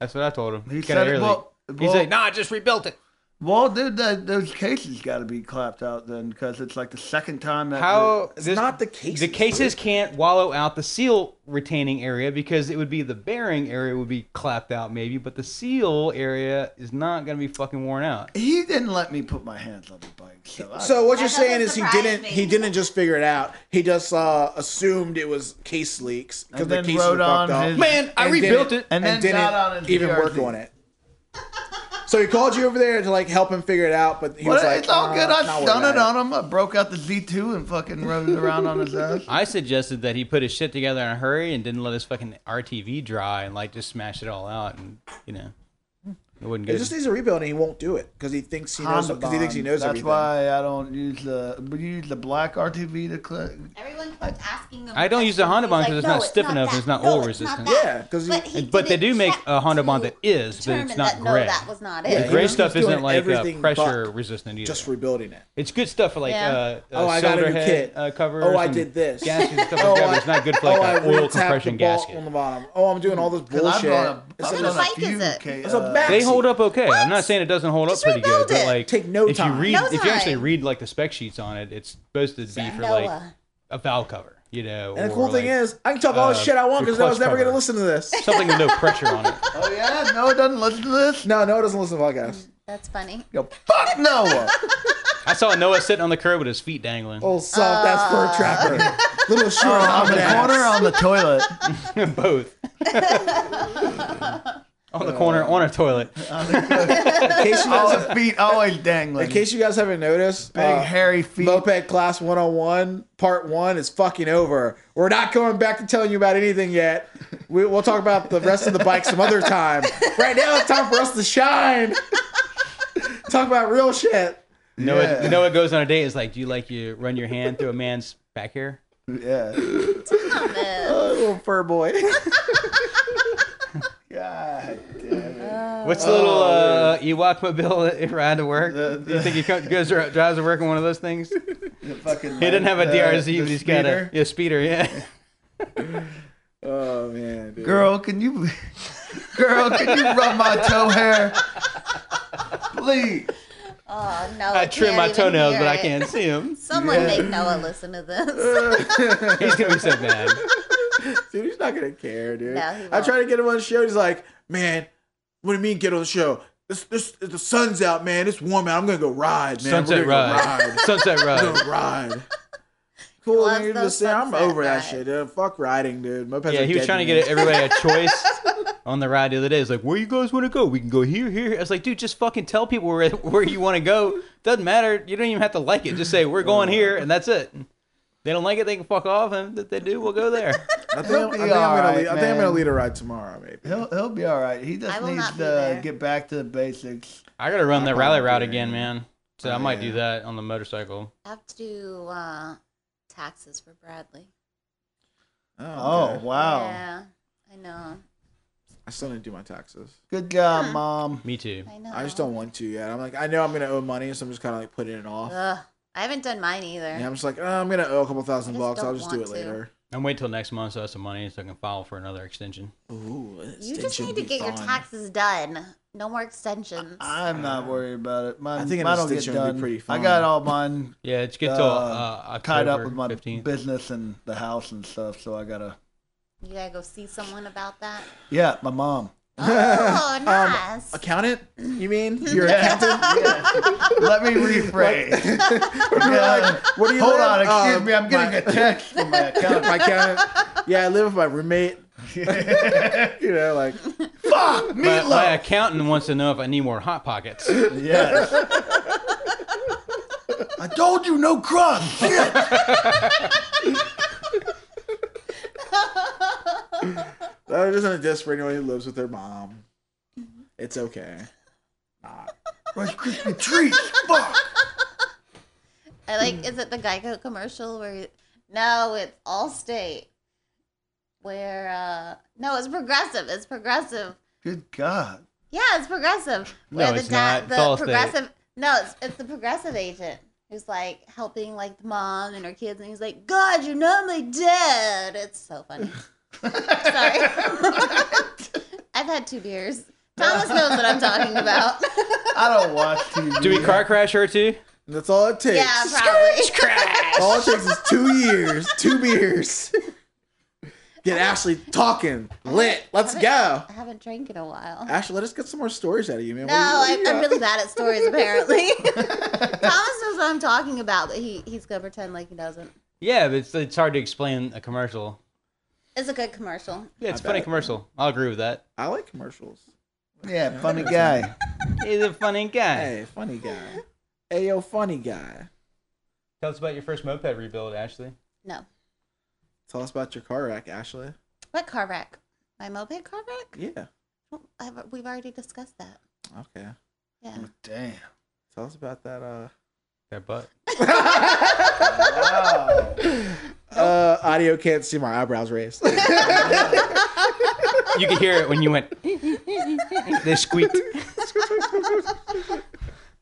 that's what I told him. He He said, got an air leak. well, He's well, like, nah, I just rebuilt it. well, dude, that, those cases got to be clapped out then because it's like the second time that How It's this- not the case. the cases can't wallow out the seal retaining area because it would be the bearing area would be clapped out maybe, but the seal area is not gonna be fucking worn out. he didn't let me put my hands on the bike. So, I, So what That you're saying doesn't is he surprise didn't me. he didn't just figure it out. He just uh, assumed it was case leaks because And the then cases wrote were on fucked up. his- Man, I And rebuilt didn't- it. And and, then got on didn't his even work PRZ. on it. So he called you over there to like help him figure it out, but he Well, was like, it's all "Uh, good. not I worried stunned about it on him. I broke out the Z2 and fucking rode it around [laughs] on his ass. I suggested that he put his shit together in a hurry and didn't let his fucking RTV dry and like just smash it all out and you know it wouldn't He go. just needs a rebuild, and he won't do it because he thinks he knows because he thinks he knows That's everything. why I don't use the. But you use the black RTV to click. Everyone kept asking him. I don't use the Honda questions. Bond He's because it's like, not stiff enough and that. it's not No, oil it's resistant. that. Yeah, 'cause he- But, he but they didn't do make check a Honda to Bond that is, but it's determine not that, gray. No, that was not Yeah, The it. he gray was stuff doing isn't like uh, everything pressure but resistant either. Just rebuilding it. It's good stuff for like Yeah. uh, uh, Oh, I got a cylinder new head kit. Uh, cover. Oh, I some did this. Gasket [laughs] and stuff like that. but It's not good for oh, I like an oil retapped the compression bolt gasket. on the bottom. Oh, I'm doing all this 'Cause I've bullshit. gone a- It's like, I've gone What a it's bike is few it? ca- It's a uh, back- They hold up okay. I'm not What? saying it doesn't hold Just up pretty good, rebuild but it. like Take no if you time. read, No if you actually time. read like the spec sheets on it, it's supposed to be for like Noah. a valve cover, you know. And the or, cool thing like, is, I can talk all the uh, shit I want your because no one's clutch never going to cover. listen to this. something with no pressure [laughs] on it. Oh yeah, Noah doesn't listen to this. No, no, it doesn't listen to podcasts. That's funny. Yo, [laughs] fuck Noah. I saw Noah sitting on the curb with his feet dangling. Little soft ass fur [laughs] trapper. Little short on the Uh, corner, on the [laughs] [laughs] toilet. Both. on the corner, on a toilet. In case you All guys, his feet always in dangling. case you guys haven't noticed, Big uh, hairy feet. Moped Class 101 Part 1 is fucking over. We're not going back to telling you about anything yet. We, we'll talk about the rest of the bike some other time. Right now, it's time for us to shine. talk about real shit. Noah, Yeah. Noah goes on a date. It's like, do you like you run your hand through a man's back hair? Yeah. [laughs] Oh, little fur boy. God damn it. What's the little uh, Ewok mobile that you ride to work? The- the- you think he co- goes or drives to work in one of those [laughs] things? The fucking He doesn't have a the- DRZ, the but he's got a speeder. yeah, speeder. Yeah, oh, man. Dude. Girl, can you, girl, can you rub my toe hair, please? Oh, Noah. I trim can't my even toenails, hear but I it. can't see him. Someone make Noah listen to [laughs] this. He's gonna be so mad. Dude, he's not gonna care, dude. No, he I won't. try to get him on the show. He's like, man, what do you mean get on the show? This, this, the sun's out, man. It's warm out. I'm gonna go ride, man. Sunset We're gonna Ride. [laughs] Go ride. Sunset I'm Ride. gonna [laughs] ride. Cool, loves man. those Just saying, I'm sunset over that rides. shit, dude. Fuck riding, dude. Mopeds Yeah, are he dead was trying to me. get everybody a [laughs] choice on the ride the other day. He's like, "Where you guys want to go? We can go here, here." I was like, "Dude, just fucking tell people where [laughs] where you want to go. Doesn't matter. You don't even have to like it. Just say we're going here, and that's it. They don't like it, they can fuck off, and if they do, we'll go there." I think, He'll I be think I'm gonna alright, lead, I think I'm gonna man. lead a ride tomorrow, maybe. He'll he'll be all right. He I just will needs not be to there. get back to the basics. [laughs] I gotta run that I'm rally not route doing again, it. man. So I Oh, might yeah. do that on the motorcycle. I have to do uh, taxes for Bradley. Oh okay. wow, Yeah, I know. I still need to do my taxes. good job, mom. Me too. I know. I just don't want to yet. I'm like, I know I'm gonna owe money, so I'm just kind of like putting it off. Ugh, I haven't done mine either. And I'm just like, oh, I'm gonna owe a couple thousand I just bucks. I'll don't just do it want to. later. I'm waiting till next month so I have some money so I can file for another extension. Ooh, You just need to get your taxes done. No more extensions. I'm not worried about it. Mine, uh, I think an mine will get extension would be done. pretty I fun. got all [laughs] mine Yeah, it's get uh, till uh, October tied up with my 15th. business and the house and stuff. So I gotta. you gotta go see someone about that. Yeah, my mom. Oh, nice. [laughs] Accountant? You [laughs] mean your [laughs] Yeah. accountant? Let me rephrase. Yeah. What [laughs] do you? Hold live? on, excuse Uh, me. I'm getting my- a text [laughs] from my accountant. my accountant. Yeah, I live with my [laughs] roommate. you know, like Fuck, My, my meatloaf. accountant wants to know if I need more hot pockets. Yes. [laughs] I told you no crust. Shit. I'm just on a disc for anyone who lives with their mom. Mm-hmm. It's okay. Rice Krispie treats. Fuck. I like. Is it the Geico commercial where? You, no, it's Allstate. Where? uh No, it's Progressive. It's Progressive. Good God. Yeah, it's Progressive. No, Where it's the not. dad, The It's Allstate. Progressive. No, it's it's the Progressive agent who's like helping like the mom and her kids, and he's like, "God, you're not my dad." It's so [laughs] funny. Sorry. [laughs] I've had two beers. Thomas knows what I'm talking about. [laughs] I don't watch TV. Do we car crash her too? And that's all it takes. yeah, probably. [laughs] All it takes is two years, two beers. Get Ashley talking, lit. Let's go. [laughs] I haven't drank in a while. Ashley, let us get some more stories out of you, man. No, I, I'm really bad at stories. Apparently, [laughs] Thomas knows what I'm talking about, but he he's gonna pretend like he doesn't. Yeah, but it's, it's hard to explain a commercial. It's a good commercial. Yeah, it's I a funny bet. commercial. I'll agree with that. I like commercials. Yeah, funny guy. He's a funny guy. Hey, funny guy. Hey, yo, funny guy. Tell us about your first moped rebuild, Ashley. No, Tell us about your car wreck, Ashley. what car wreck? My moped car wreck? Yeah. Well, I've, we've already discussed that. Okay. Yeah. Damn. Tell us about that. Uh, That butt. Wow. uh audio can't see my eyebrows raised. [laughs] You could hear it when you went. [laughs] they squeaked.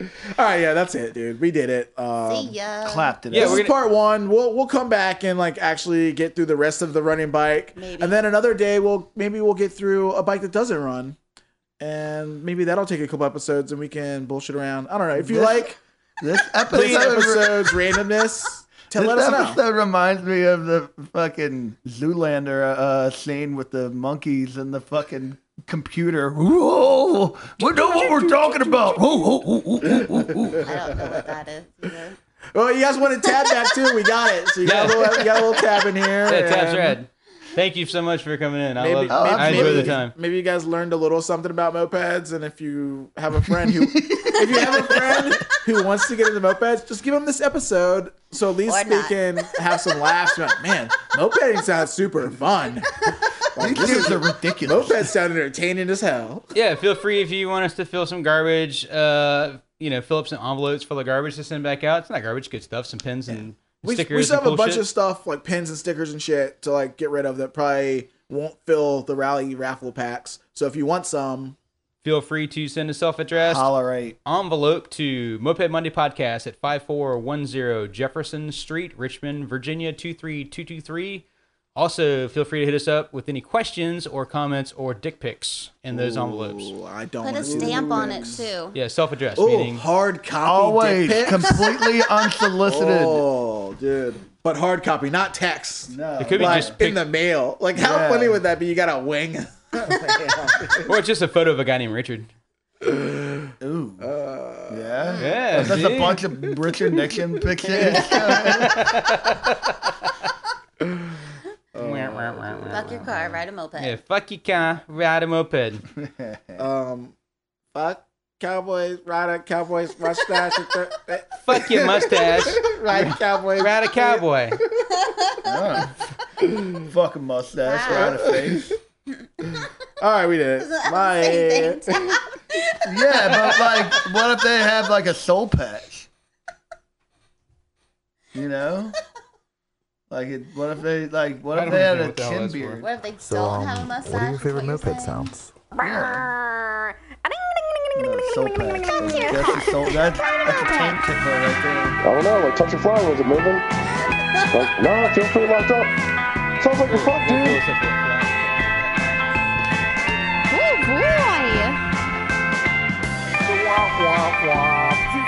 All right, yeah, that's it, dude. We did it. Um, See ya. Clapped it. Yeah, up. this we're is gonna- part one. We'll we'll come back and like actually get through the rest of the running bike, Maybe. and then another day we'll maybe we'll get through a bike that doesn't run, and maybe that'll take a couple episodes, and we can bullshit around. I don't know if you This like this these episode. episodes randomness. Tell This let us know. episode reminds me of the fucking Zoolander uh, scene with the monkeys and the fucking computer. Whoa! We know what we're talking about. Whoa, whoa, whoa, whoa, whoa, whoa. I don't know what that is either. [laughs] Well, Oh, you guys want a tab back too? We got it. So you got, a, Yeah. little, you got a little tab in here. Yeah, tab's and red. Thank you so much for coming in. I Maybe, Oh, love. maybe, I enjoy the maybe- time. Maybe you guys learned a little something about mopeds, and if you have a friend who, if you have a friend who wants to get into mopeds, just give them this episode. So at least Or they not. can have some laughs. You're like, man, mopeding sounds super fun. Like, These this is dudes are [laughs] ridiculous. mopeds sound entertaining as hell. Yeah, feel free if you want us to fill some garbage. Uh, you know, fill up some envelopes full of garbage to send back out. It's not garbage, good stuff. Some pins and We, stickers. we still and have a cool bunch shit. of stuff like pins and stickers and shit to like get rid of that probably won't fill the rally raffle packs. So if you want some, Feel free to send a self-addressed Tolerate. envelope to Moped Monday Podcast at 5410 Jefferson Street, Richmond, Virginia 23223. Also, feel free to hit us up with any questions or comments or dick pics in those envelopes. Ooh, I don't Put a wanna do stamp on it this. too. Yeah, self addressed, Ooh, meaning hard copy. Always dick pics? completely unsolicited. Oh, dude. But hard copy, not text. No. it could be Like just pic- in the mail. Like how Yeah. funny would that be? You got a wing. or it's just a photo of a guy named Richard. Yeah, Oh, That's see? a bunch of Richard Nixon [laughs] pictures. Fuck your car, ride a moped. Yeah, fuck you, car. Ride a moped. [laughs] Um, fuck Cowboys, ride a Cowboys mustache. fuck your mustache. [laughs] ride a Cowboys. Ride a cowboy. Oh. Fucking mustache right a face. All right, we did it. Bye. Yeah, but like, what if they have like a soul patch? You know, like, it, what if they like, what I if don't they had know a what the hell chin that's for. beard? What if they So, don't um, have a mustache? what are your is favorite you're moped saying? sounds? No, soul patch. That's a soul. That's, that's a tank tipper right there. I don't know, like touch your flower, was it moving? Like, nah, feel pretty locked up. Sounds like you're fucked, dude. Oh boy! Womp, womp, womp.